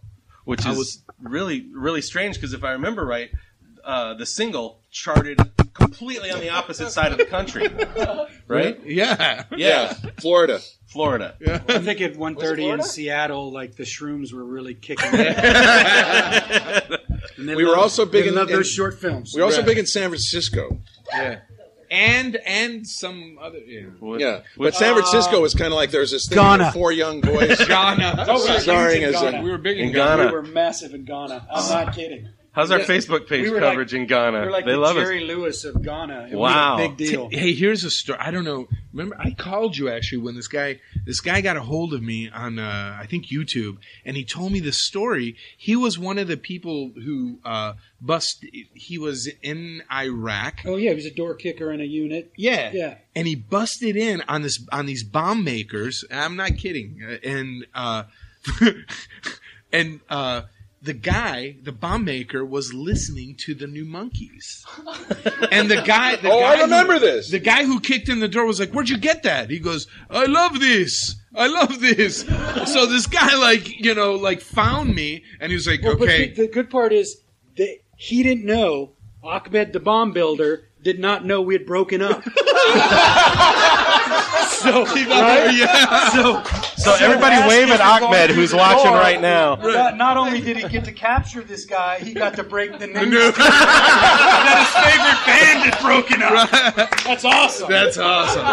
Speaker 2: which
Speaker 7: I
Speaker 2: is
Speaker 7: was-
Speaker 2: really really strange because if I remember right, uh, the single charted completely on the opposite side of the country, right?
Speaker 7: Yeah.
Speaker 2: Yeah,
Speaker 8: Florida,
Speaker 2: Florida.
Speaker 4: I think at 1.30 in Seattle, like the shrooms were really
Speaker 8: (laughs)
Speaker 4: kicking.
Speaker 8: we were also big in,
Speaker 4: love
Speaker 8: in-
Speaker 4: those short films.
Speaker 8: We were also
Speaker 4: Right.
Speaker 8: big in San Francisco.
Speaker 7: Yeah. And and some other yeah.
Speaker 8: Yeah, but
Speaker 7: Uh,
Speaker 8: San Francisco was kind of like there's this thing
Speaker 4: Ghana.
Speaker 8: with four
Speaker 7: (laughs)
Speaker 8: young boys.
Speaker 7: Ghana.
Speaker 8: Starring as a-
Speaker 7: uh, we were big in,
Speaker 2: In
Speaker 7: Ghana.
Speaker 2: Ghana.
Speaker 4: We were massive in Ghana. I'm not kidding.
Speaker 2: How's our
Speaker 8: Yeah.
Speaker 2: Facebook page
Speaker 4: We were
Speaker 2: coverage
Speaker 4: like-
Speaker 2: in Ghana?
Speaker 4: We're like
Speaker 2: they
Speaker 4: the
Speaker 2: love
Speaker 4: Jerry
Speaker 2: us.
Speaker 4: Lewis of Ghana. It
Speaker 2: Wow.
Speaker 4: was a big deal.
Speaker 7: Hey, here's a story. I don't know. Remember, I called you actually when this guy this guy got a hold of me on uh, I think YouTube, and he told me this story. He was one of the people who uh, bust. He was in Iraq.
Speaker 4: Oh yeah, he was a door kicker in a unit.
Speaker 7: Yeah,
Speaker 4: Yeah.
Speaker 7: And he busted in on this on these bomb makers. I'm not kidding. Uh, And uh, (laughs) and uh, the guy, the bomb maker, was listening to the New
Speaker 4: (laughs)
Speaker 7: Monkeys. and the guy, the
Speaker 8: Oh,
Speaker 7: guy
Speaker 8: I
Speaker 7: who-
Speaker 8: remember this.
Speaker 7: The guy who kicked in the door was like, "Where'd you get that?" He goes, "I love this." I love this. So this guy, like you know, like found me, and he was like,
Speaker 4: Well,
Speaker 7: "Okay,
Speaker 4: But the, the good part is that he didn't know Ahmed, the bomb builder, did not know we had broken up. so right?
Speaker 7: yeah."
Speaker 4: So
Speaker 2: So Oh, everybody
Speaker 4: ask
Speaker 2: wave at
Speaker 4: if you're going
Speaker 2: Ahmed,
Speaker 4: to
Speaker 2: who's
Speaker 4: the
Speaker 2: watching
Speaker 4: door.
Speaker 2: right
Speaker 9: Oh.
Speaker 2: now.
Speaker 4: Not, not only did he get to capture this guy, he got to break the news.
Speaker 7: that his favorite band had broken up.
Speaker 4: That's awesome.
Speaker 7: That's awesome.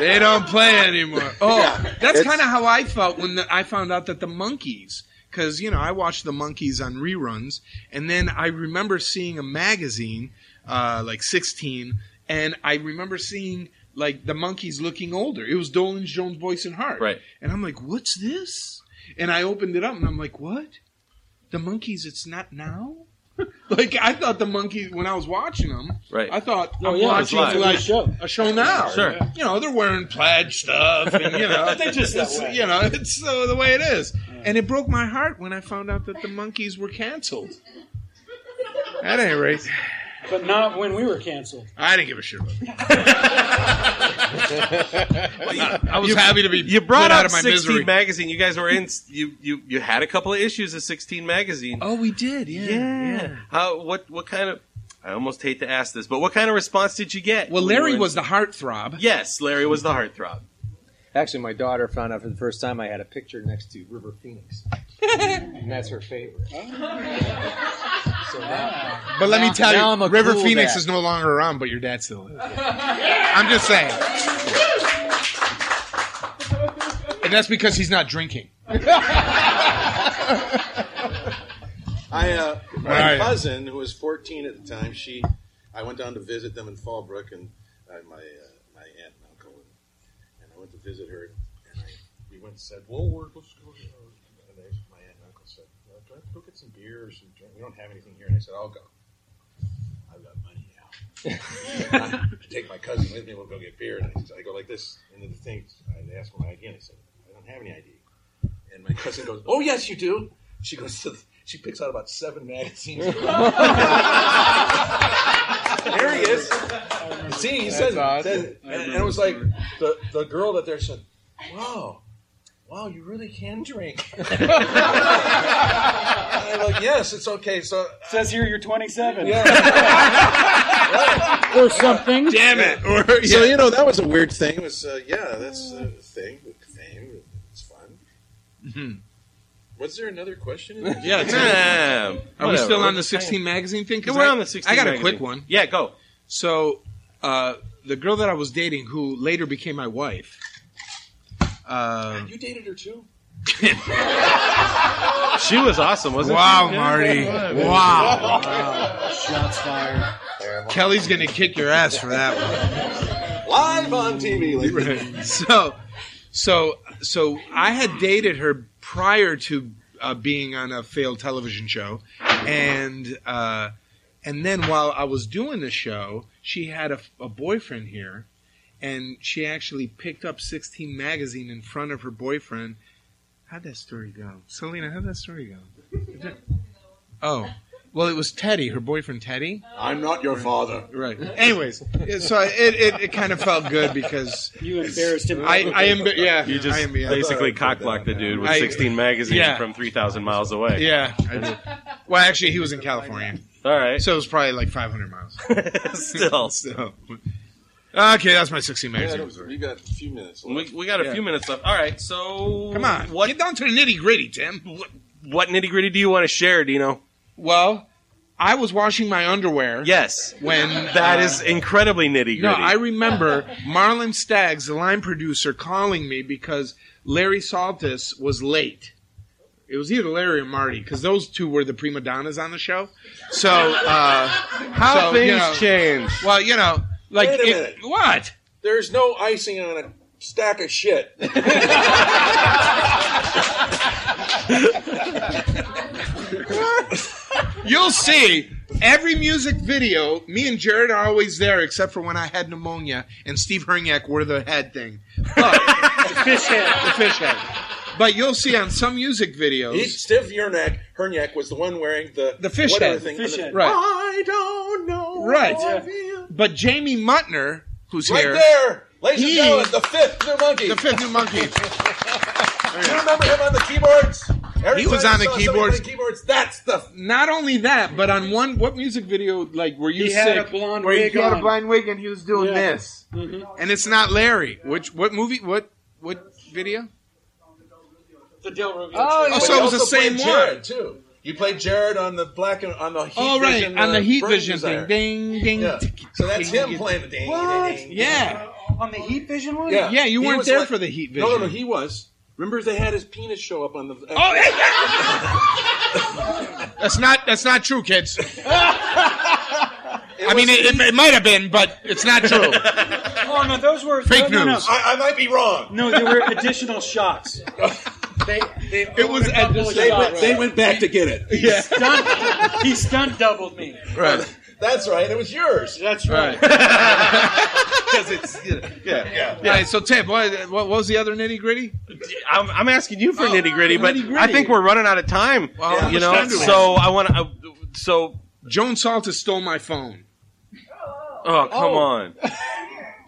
Speaker 7: They don't play anymore. Oh, that's
Speaker 8: It's-
Speaker 7: kind of how I felt when the, I found out that the monkeys, because you know I watched the monkeys on reruns, and then I remember seeing a magazine, uh, like sixteen, and I remember seeing like the monkeys looking older. It was Dolan Jones, Voice and Heart,
Speaker 2: Right.
Speaker 7: And I'm like, what's this? And I opened it up, and I'm like, what? The monkeys? It's not now. (laughs) Like I thought the monkeys when I was watching them,
Speaker 2: Right.
Speaker 7: I thought
Speaker 4: Oh,
Speaker 7: I'm
Speaker 4: yeah, it was
Speaker 7: watching
Speaker 2: live.
Speaker 7: like
Speaker 4: It was a show.
Speaker 7: a show now.
Speaker 2: Sure.
Speaker 7: You know, they're wearing plaid stuff and you
Speaker 4: (laughs)
Speaker 7: know they just it's, you know, it's uh, the way it is. And it broke my heart when I found out that the monkeys were canceled. At any rate,
Speaker 4: But not when we were canceled.
Speaker 7: I didn't give a shit about it.
Speaker 2: (laughs)
Speaker 7: I was happy to be
Speaker 2: You brought
Speaker 7: put
Speaker 2: out,
Speaker 7: out of my
Speaker 2: 16
Speaker 7: misery.
Speaker 2: magazine. You guys were in. You you you had a couple of issues of 16 magazine.
Speaker 7: oh, we did, yeah. yeah.
Speaker 2: (laughs) How what what kind of? I almost hate to ask this, but what kind of response did you get? when
Speaker 7: Well,
Speaker 2: you
Speaker 7: Larry
Speaker 2: were in-
Speaker 7: was the heartthrob.
Speaker 2: Yes, Larry was the heartthrob.
Speaker 9: Actually, my daughter found out for the first time I had a picture next to River Phoenix, and that's her favorite. So now,
Speaker 7: But let
Speaker 9: now-
Speaker 7: me tell
Speaker 9: now
Speaker 7: you,
Speaker 9: I'm a
Speaker 7: River
Speaker 9: cool
Speaker 7: Phoenix
Speaker 9: dad.
Speaker 7: is no longer around, but your dad still
Speaker 4: (laughs)
Speaker 7: is. I'm just saying. And that's because he's not drinking.
Speaker 8: I uh, my
Speaker 7: Right.
Speaker 8: cousin, who was 14 at the time, she I went down to visit them in Fallbrook, and uh, my uh, my aunt and uncle, and, and I went to visit her, and I, we went and said, "Well, we're let's go." to our-" And they, my aunt and uncle said, "Uh, do I have to go get some beers? And drink? We don't have anything here." And I said, "I'll go. I've got money now.
Speaker 4: (laughs)
Speaker 8: I take my cousin with me. We'll go get beer." And I, I go like this into the thing. I, they asked for my ID, and I said, "I don't have any ID." And my cousin goes, "Oh yes, you do." She goes to the, she picks out about seven magazines. there he is. See, he says, says- and, and it was like the, the girl that there said, "Wow, wow, you really can drink." (laughs) and I'm like, "Yes, it's okay." So
Speaker 4: says here you're 27.
Speaker 10: or something.
Speaker 8: Damn
Speaker 7: it!
Speaker 8: So you know that was a weird thing. It was uh, yeah, that's a thing. Fame, it's fun. Was there another question? in this?
Speaker 2: Yeah, it's- Nah.
Speaker 7: Are we
Speaker 2: Whatever.
Speaker 7: still on
Speaker 2: We're
Speaker 7: the 16 magazine thing? 'Cause
Speaker 2: Yeah, we're
Speaker 7: I-
Speaker 2: on the 16
Speaker 7: I got a
Speaker 2: magazine.
Speaker 7: quick one.
Speaker 2: Yeah, go.
Speaker 7: So, uh, the girl that I was dating, who later became my wife, uh,
Speaker 8: You dated her too.
Speaker 2: She was awesome, wasn't
Speaker 7: Wow,
Speaker 2: she?
Speaker 7: Marty. Wow.
Speaker 4: Shots fired.
Speaker 7: Kelly's gonna kick your ass for that one.
Speaker 8: Live on TV. Like
Speaker 7: so so so I had dated her prior to uh, being on a failed television show, and uh, and then while I was doing the show, she had a, a boyfriend here, and she actually picked up 16 magazine in front of her boyfriend. How'd that story go, Selena? How'd that story go? Oh. Well, it was Teddy, her boyfriend Teddy.
Speaker 8: I'm not your father.
Speaker 7: Right. Anyways, yeah, so I- it, it, it kind of felt good because
Speaker 4: you embarrassed (laughs) him.
Speaker 7: I, I am, yeah.
Speaker 2: You just
Speaker 7: I am, yeah.
Speaker 2: basically cockblocked the dude with
Speaker 7: I-
Speaker 2: 16 magazines
Speaker 7: yeah.
Speaker 2: from 3,000 miles away.
Speaker 7: Yeah, I did. Well, actually, he was in California,
Speaker 2: All right.
Speaker 7: so it was probably like 500 miles.
Speaker 2: (laughs) Still.
Speaker 7: So, okay, that's my 16
Speaker 8: Yeah,
Speaker 7: magazine.
Speaker 8: that was- you got a few minutes. left.
Speaker 2: We, we got a
Speaker 7: Yeah.
Speaker 2: few minutes left. All right, so
Speaker 7: Come on,
Speaker 2: what
Speaker 7: get down to the nitty gritty, Tim.
Speaker 2: what, what nitty gritty do you want to share, Dino?
Speaker 7: Well, I was washing my underwear.
Speaker 2: Yes, (laughs)
Speaker 7: When
Speaker 2: that
Speaker 7: uh,
Speaker 2: is incredibly nitty gritty.
Speaker 7: No, I remember Marlon Staggs, the line producer, calling me because Larry Saltis was late. It was either Larry or Marty because those two were the prima donnas on the show. So uh,
Speaker 2: how
Speaker 7: so,
Speaker 2: things
Speaker 7: you know,
Speaker 2: change.
Speaker 7: Well, you know, like
Speaker 8: Wait a
Speaker 7: it-
Speaker 8: minute.
Speaker 7: what?
Speaker 8: There's no icing on a stack of shit.
Speaker 7: (laughs) You'll see. Every music video, me and Jared are always there, except for when I had pneumonia and Steve Herniak wore the head thing. But, Oh, the fish head. The fish head. But you'll see on some music videos.
Speaker 8: He, Steve Yernak, Herniak was the one wearing the
Speaker 7: The fish
Speaker 8: whatever
Speaker 7: head.
Speaker 8: thing.
Speaker 4: Fish
Speaker 8: and the-
Speaker 4: head.
Speaker 7: Right.
Speaker 8: I don't know.
Speaker 7: Right.
Speaker 8: how I feel.
Speaker 7: But Jamie Muttner, who's
Speaker 8: Right
Speaker 7: here,
Speaker 8: there, ladies
Speaker 7: He-
Speaker 8: and gentlemen, the fifth new monkey.
Speaker 7: the fifth new
Speaker 8: (laughs)
Speaker 7: monkey.
Speaker 8: Do you remember him on the keyboards? Every
Speaker 7: He was
Speaker 8: time
Speaker 7: on the
Speaker 8: I saw somebody
Speaker 7: keyboards.
Speaker 8: playing keyboards. That's the.
Speaker 7: Not only that, but on one what music video like were you
Speaker 4: He
Speaker 7: sick?
Speaker 4: had a blonde
Speaker 7: where
Speaker 4: wig
Speaker 7: he had a
Speaker 4: on.
Speaker 7: blind wig and he was doing
Speaker 4: Yeah. Mm-hmm.
Speaker 7: this, and it's not Larry. Which what movie? What what video?
Speaker 4: The Del Rubio.
Speaker 9: Oh,
Speaker 7: Oh,
Speaker 8: But
Speaker 7: so
Speaker 8: you
Speaker 7: it was the
Speaker 8: also
Speaker 7: same
Speaker 8: played Jared,
Speaker 7: one.
Speaker 8: too. You played Jared on the black and on the heat
Speaker 7: Oh right,
Speaker 8: vision,
Speaker 7: on
Speaker 8: uh,
Speaker 7: the heat
Speaker 8: burning
Speaker 7: vision
Speaker 8: desire.
Speaker 7: thing. Ding ding.
Speaker 8: Yeah.
Speaker 7: tick,
Speaker 8: So that's
Speaker 7: ding,
Speaker 8: him
Speaker 7: ding.
Speaker 8: playing the ding.
Speaker 4: What?
Speaker 8: ding, ding.
Speaker 7: Yeah.
Speaker 4: on the Heat Vision one?
Speaker 8: Yeah.
Speaker 7: Yeah, you
Speaker 8: He
Speaker 7: weren't
Speaker 8: was
Speaker 7: there
Speaker 8: like-
Speaker 7: for the heat
Speaker 8: No, no, no,
Speaker 7: vision.
Speaker 8: he was. Remember, they had his penis show up on the.
Speaker 7: Oh, that's not that's not true, kids. I mean, it, it, it might have been, but it's not true.
Speaker 4: (laughs) Oh no, those were
Speaker 7: Fake
Speaker 4: no,
Speaker 7: news.
Speaker 8: I, I might be wrong.
Speaker 4: No, no, no, there were additional shots. They, they
Speaker 7: It was
Speaker 4: a couple of
Speaker 7: additional- They
Speaker 4: shots.
Speaker 7: went-
Speaker 8: They went back to get it.
Speaker 4: He stunt, he stunt doubled me.
Speaker 7: right.
Speaker 8: That's right. It was yours.
Speaker 4: That's
Speaker 7: Right.
Speaker 4: right.
Speaker 2: because it's you know, yeah. yeah.
Speaker 7: Right, so Tim, what, what was the other nitty gritty?
Speaker 2: I'm, I'm asking you for
Speaker 7: Oh,
Speaker 2: nitty gritty, but
Speaker 7: nitty-gritty.
Speaker 2: I think we're running out of time.
Speaker 7: Well, how
Speaker 2: you
Speaker 7: much
Speaker 2: know,
Speaker 7: time do we
Speaker 2: so I want to. So,
Speaker 7: Joan Salta stole my phone.
Speaker 2: oh come (laughs) on,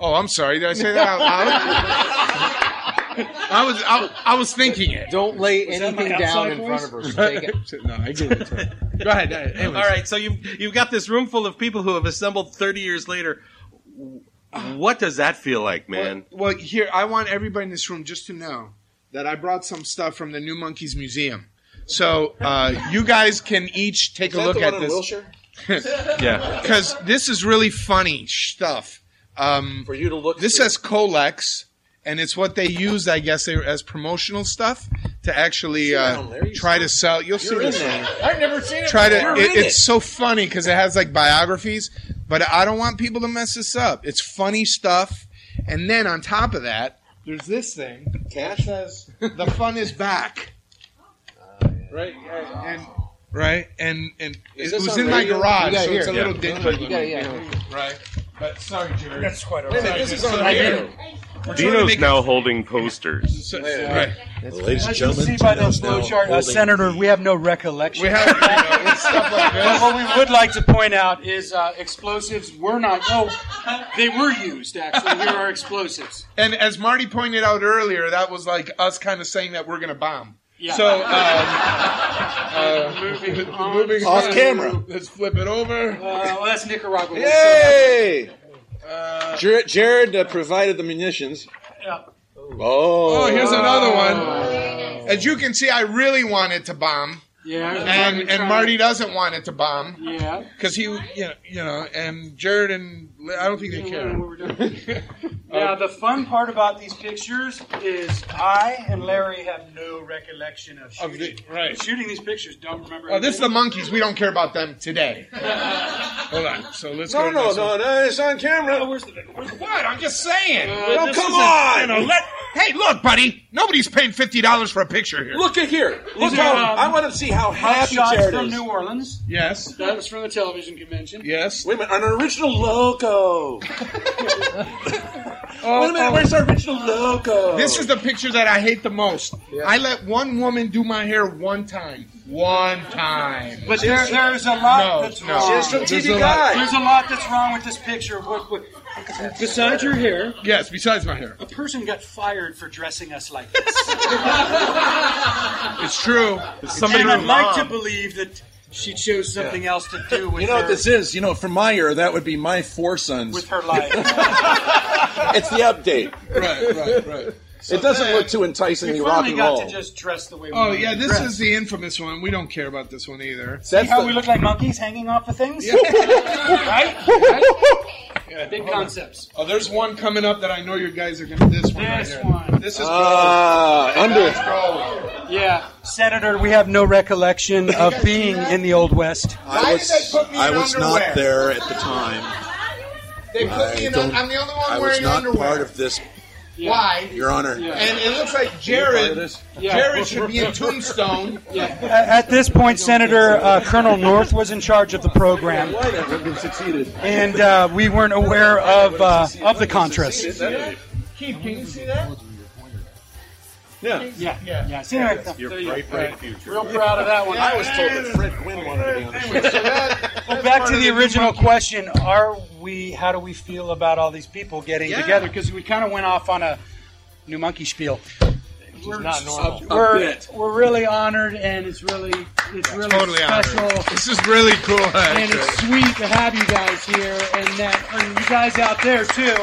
Speaker 7: Oh, I'm sorry. Did I say that out
Speaker 4: (laughs)
Speaker 7: loud? I was I, I was thinking it.
Speaker 9: Don't lay
Speaker 4: that my
Speaker 9: anything down
Speaker 4: outside
Speaker 9: in
Speaker 4: voice?
Speaker 9: front of her. She'll take it.
Speaker 7: no, I give it to her. Go ahead. uh, anyways.
Speaker 2: All right, so you've you've got this room full of people who have assembled 30 years later. What does that feel like, man?
Speaker 7: Well, here I want everybody in this room just to know that I brought some stuff from the New Monkeys Museum. So uh, you guys can each take
Speaker 8: Is that
Speaker 7: a look
Speaker 8: the
Speaker 7: at
Speaker 8: one in
Speaker 7: this.
Speaker 8: Wilshire?
Speaker 7: (laughs)
Speaker 2: yeah,
Speaker 7: because this is really funny stuff. Um,
Speaker 8: For you to look.
Speaker 7: This says Colex, and it's what they used, I guess, they- as promotional stuff to actually uh, try to sell. You'll see
Speaker 8: You're in
Speaker 7: this.
Speaker 8: there.
Speaker 7: one.
Speaker 8: I've never seen it.
Speaker 7: Try to.
Speaker 8: before.
Speaker 7: it- it's so funny because it has like biographies, but I don't want people to mess this up. It's funny stuff, and then on top of that, there's this thing.
Speaker 8: Cash?
Speaker 7: that says (laughs) the fun is back.
Speaker 8: Uh, right.
Speaker 7: And right, and and
Speaker 8: Is
Speaker 7: it
Speaker 8: this
Speaker 7: was
Speaker 8: on
Speaker 7: in my
Speaker 8: radio?
Speaker 7: garage,
Speaker 8: You got
Speaker 7: so it's
Speaker 8: here.
Speaker 7: a
Speaker 8: Yeah.
Speaker 7: little digital.
Speaker 8: You got- yeah.
Speaker 7: Right, but sorry, Jerry.
Speaker 10: That's quite all
Speaker 8: Wait a
Speaker 10: right.
Speaker 8: minute, this is on
Speaker 7: So
Speaker 8: radio.
Speaker 7: We're trying to
Speaker 11: Dino's
Speaker 7: make
Speaker 11: now holding posters.
Speaker 7: So-
Speaker 8: Wait,
Speaker 7: right.
Speaker 8: Well, ladies and
Speaker 10: As you
Speaker 8: gentlemen,
Speaker 10: see by those
Speaker 8: Dino's now
Speaker 10: flowchart, uh,
Speaker 8: holding-
Speaker 10: Senator, we have no recollection.
Speaker 7: We have stuff like
Speaker 4: But what we would like to point out is uh, explosives were not. No, they were used. Actually, here are explosives.
Speaker 7: And as Marty pointed out earlier, that was like us kind of saying that we're going to bomb.
Speaker 4: Yeah.
Speaker 7: So, um, uh,
Speaker 4: Moving on.
Speaker 7: moving
Speaker 8: Off
Speaker 7: on,
Speaker 8: camera.
Speaker 7: Let's flip it over.
Speaker 4: Uh, well, that's Nicaragua. We'll
Speaker 8: Yay! Jared, Jared uh, provided the munitions.
Speaker 4: Yeah.
Speaker 8: Oh.
Speaker 7: Oh, here's another one. As you can see, I really wanted to bomb,
Speaker 4: Yeah.
Speaker 7: and and Marty doesn't want it to bomb
Speaker 4: Yeah.
Speaker 7: because he, you know, you know, and Jared and I don't think they care.
Speaker 4: Now the fun part about these pictures is I and Larry have no recollection of
Speaker 7: Of
Speaker 4: shooting.
Speaker 7: the- right.
Speaker 4: Shooting these pictures, don't remember.
Speaker 7: Oh, this is the
Speaker 4: anything.
Speaker 7: monkeys. We don't care about them today. Hold on. So let's
Speaker 8: No,
Speaker 7: go. to
Speaker 8: no,
Speaker 7: this
Speaker 8: no,
Speaker 7: one. Oh,
Speaker 8: no, it's on camera.
Speaker 4: Where's the where's the
Speaker 7: What? I'm just saying.
Speaker 8: Oh,
Speaker 7: Uh, This
Speaker 8: come
Speaker 7: isn't,
Speaker 8: on!
Speaker 7: you know, let- hey, look, buddy. Nobody's paying fifty dollars for a picture here.
Speaker 8: Look at here. Look
Speaker 4: These are,
Speaker 8: how,
Speaker 4: um,
Speaker 8: I want to see how happy
Speaker 4: shots
Speaker 8: Jared
Speaker 4: from
Speaker 8: is.
Speaker 4: New Orleans?
Speaker 7: Yes.
Speaker 4: That was from the television convention.
Speaker 7: Yes.
Speaker 8: Wait a minute, an original logo.
Speaker 7: Oh,
Speaker 8: Wait a minute, where's our original logo?
Speaker 7: This is the picture that I hate the most. I let one woman do my hair one time. One time.
Speaker 4: But there, there's a lot
Speaker 7: No,
Speaker 4: that's
Speaker 7: no.
Speaker 4: wrong.
Speaker 7: Just
Speaker 8: from
Speaker 7: There's
Speaker 8: TV
Speaker 7: a lot-
Speaker 8: Guide.
Speaker 4: There's a lot that's wrong with this picture. What, what, besides your hair,
Speaker 7: Yes, besides my hair.
Speaker 4: a person got fired for dressing us like this.
Speaker 7: It's true.
Speaker 4: and
Speaker 7: Somebody
Speaker 4: I'd like to believe that she chose something else to do with
Speaker 8: You know
Speaker 4: her,
Speaker 8: what this is? You know, from my ear, that would be my four sons.
Speaker 4: with her life.
Speaker 8: (laughs) It's the update.
Speaker 7: Right, right, right.
Speaker 8: it doesn't look too enticingly
Speaker 4: we
Speaker 8: rock
Speaker 4: finally
Speaker 8: and
Speaker 4: got
Speaker 8: roll.
Speaker 4: to just dress the way we
Speaker 7: Oh
Speaker 4: wanted
Speaker 7: yeah,
Speaker 4: to
Speaker 7: this
Speaker 4: dress.
Speaker 7: is the infamous one. We don't care about this one either.
Speaker 4: See
Speaker 8: That's
Speaker 4: how
Speaker 8: the-
Speaker 4: we look like monkeys hanging off of things? (laughs) right? Big concepts.
Speaker 7: Oh, there's one coming up that I know you guys are gonna. This one.
Speaker 4: This
Speaker 7: right here.
Speaker 4: one.
Speaker 7: This is.
Speaker 8: Ah,
Speaker 7: That's
Speaker 8: under.
Speaker 7: Brolin.
Speaker 4: Yeah. Senator, we have no recollection
Speaker 7: (laughs)
Speaker 4: of being in the Old West.
Speaker 7: Why did they put me in
Speaker 8: I was
Speaker 7: underwear?
Speaker 8: not there at the time.
Speaker 7: They put me
Speaker 8: I
Speaker 7: in.
Speaker 8: don't-
Speaker 7: I'm the only one
Speaker 8: I was
Speaker 7: wearing
Speaker 8: not
Speaker 7: underwear.
Speaker 8: part of this,
Speaker 7: Why?
Speaker 8: Your Honor.
Speaker 7: And it looks like Jared.
Speaker 4: Yeah.
Speaker 7: Jared should be in Tombstone.
Speaker 4: A- At this point, Senator uh, Colonel North was in charge of the program,
Speaker 8: Why that would have been succeeded?
Speaker 4: and uh, we weren't aware of uh, of the Contras.
Speaker 7: Keith, can you see that?
Speaker 8: Yeah.
Speaker 4: Yeah, yeah. See, anyway,
Speaker 11: Your bright, bright future.
Speaker 4: real proud of that one.
Speaker 8: I was told that Fred Quinn wanted to be on the show.
Speaker 4: Well, back to the original question: Are we? How do we feel about all these people getting
Speaker 7: Yeah.
Speaker 4: together? Because we kind of went off on a new monkey spiel. We're not normal. We're, we're really honored, and it's really it's really
Speaker 7: Totally
Speaker 4: special,
Speaker 7: honored. This is really cool.
Speaker 4: and
Speaker 7: actually.
Speaker 4: it's sweet to have you guys here, and that and you guys out there too.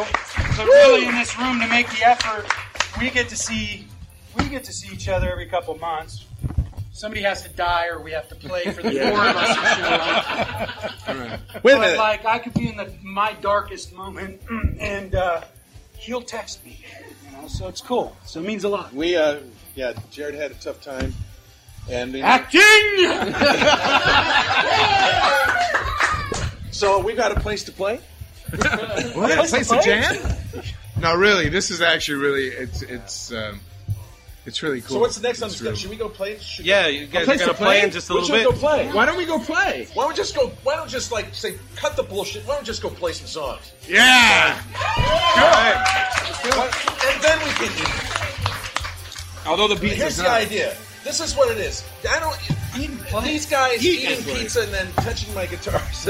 Speaker 4: But really, in this room, to make the effort, we get to see we get to see each other every couple months. Somebody has to die, or we have to play for the four of us to show up (laughs)
Speaker 8: Wait a
Speaker 4: but
Speaker 8: minute.
Speaker 4: like I could be in the, my darkest moment, (clears throat) and uh, he'll text me. You know, so it's cool. So it means a lot.
Speaker 8: We, uh, yeah, Jared had a tough time. And you
Speaker 4: (laughs)
Speaker 8: know,
Speaker 4: Acting.
Speaker 8: so we got a place to play?
Speaker 7: What? A place to jam? No, really. This is actually really. It's it's um, it's really cool.
Speaker 8: So what's the next on the
Speaker 7: It's
Speaker 8: schedule?
Speaker 7: really-
Speaker 8: Should we go play? Should
Speaker 2: yeah. You guys are
Speaker 7: place
Speaker 2: gonna
Speaker 7: to
Speaker 2: play
Speaker 7: play?
Speaker 2: in just a
Speaker 8: we
Speaker 2: little
Speaker 8: should go
Speaker 2: bit.
Speaker 8: play.
Speaker 7: Why don't we go play?
Speaker 8: Why don't we just go? Why don't just like say cut the bullshit? Why don't we just go play some songs?
Speaker 7: Yeah.
Speaker 8: Why- and then we can.
Speaker 7: Although the beat
Speaker 8: Here's
Speaker 7: is
Speaker 8: the
Speaker 7: not.
Speaker 8: idea. This is what it is. I (laughs) don't. These guys eating pizza and then touching my guitars.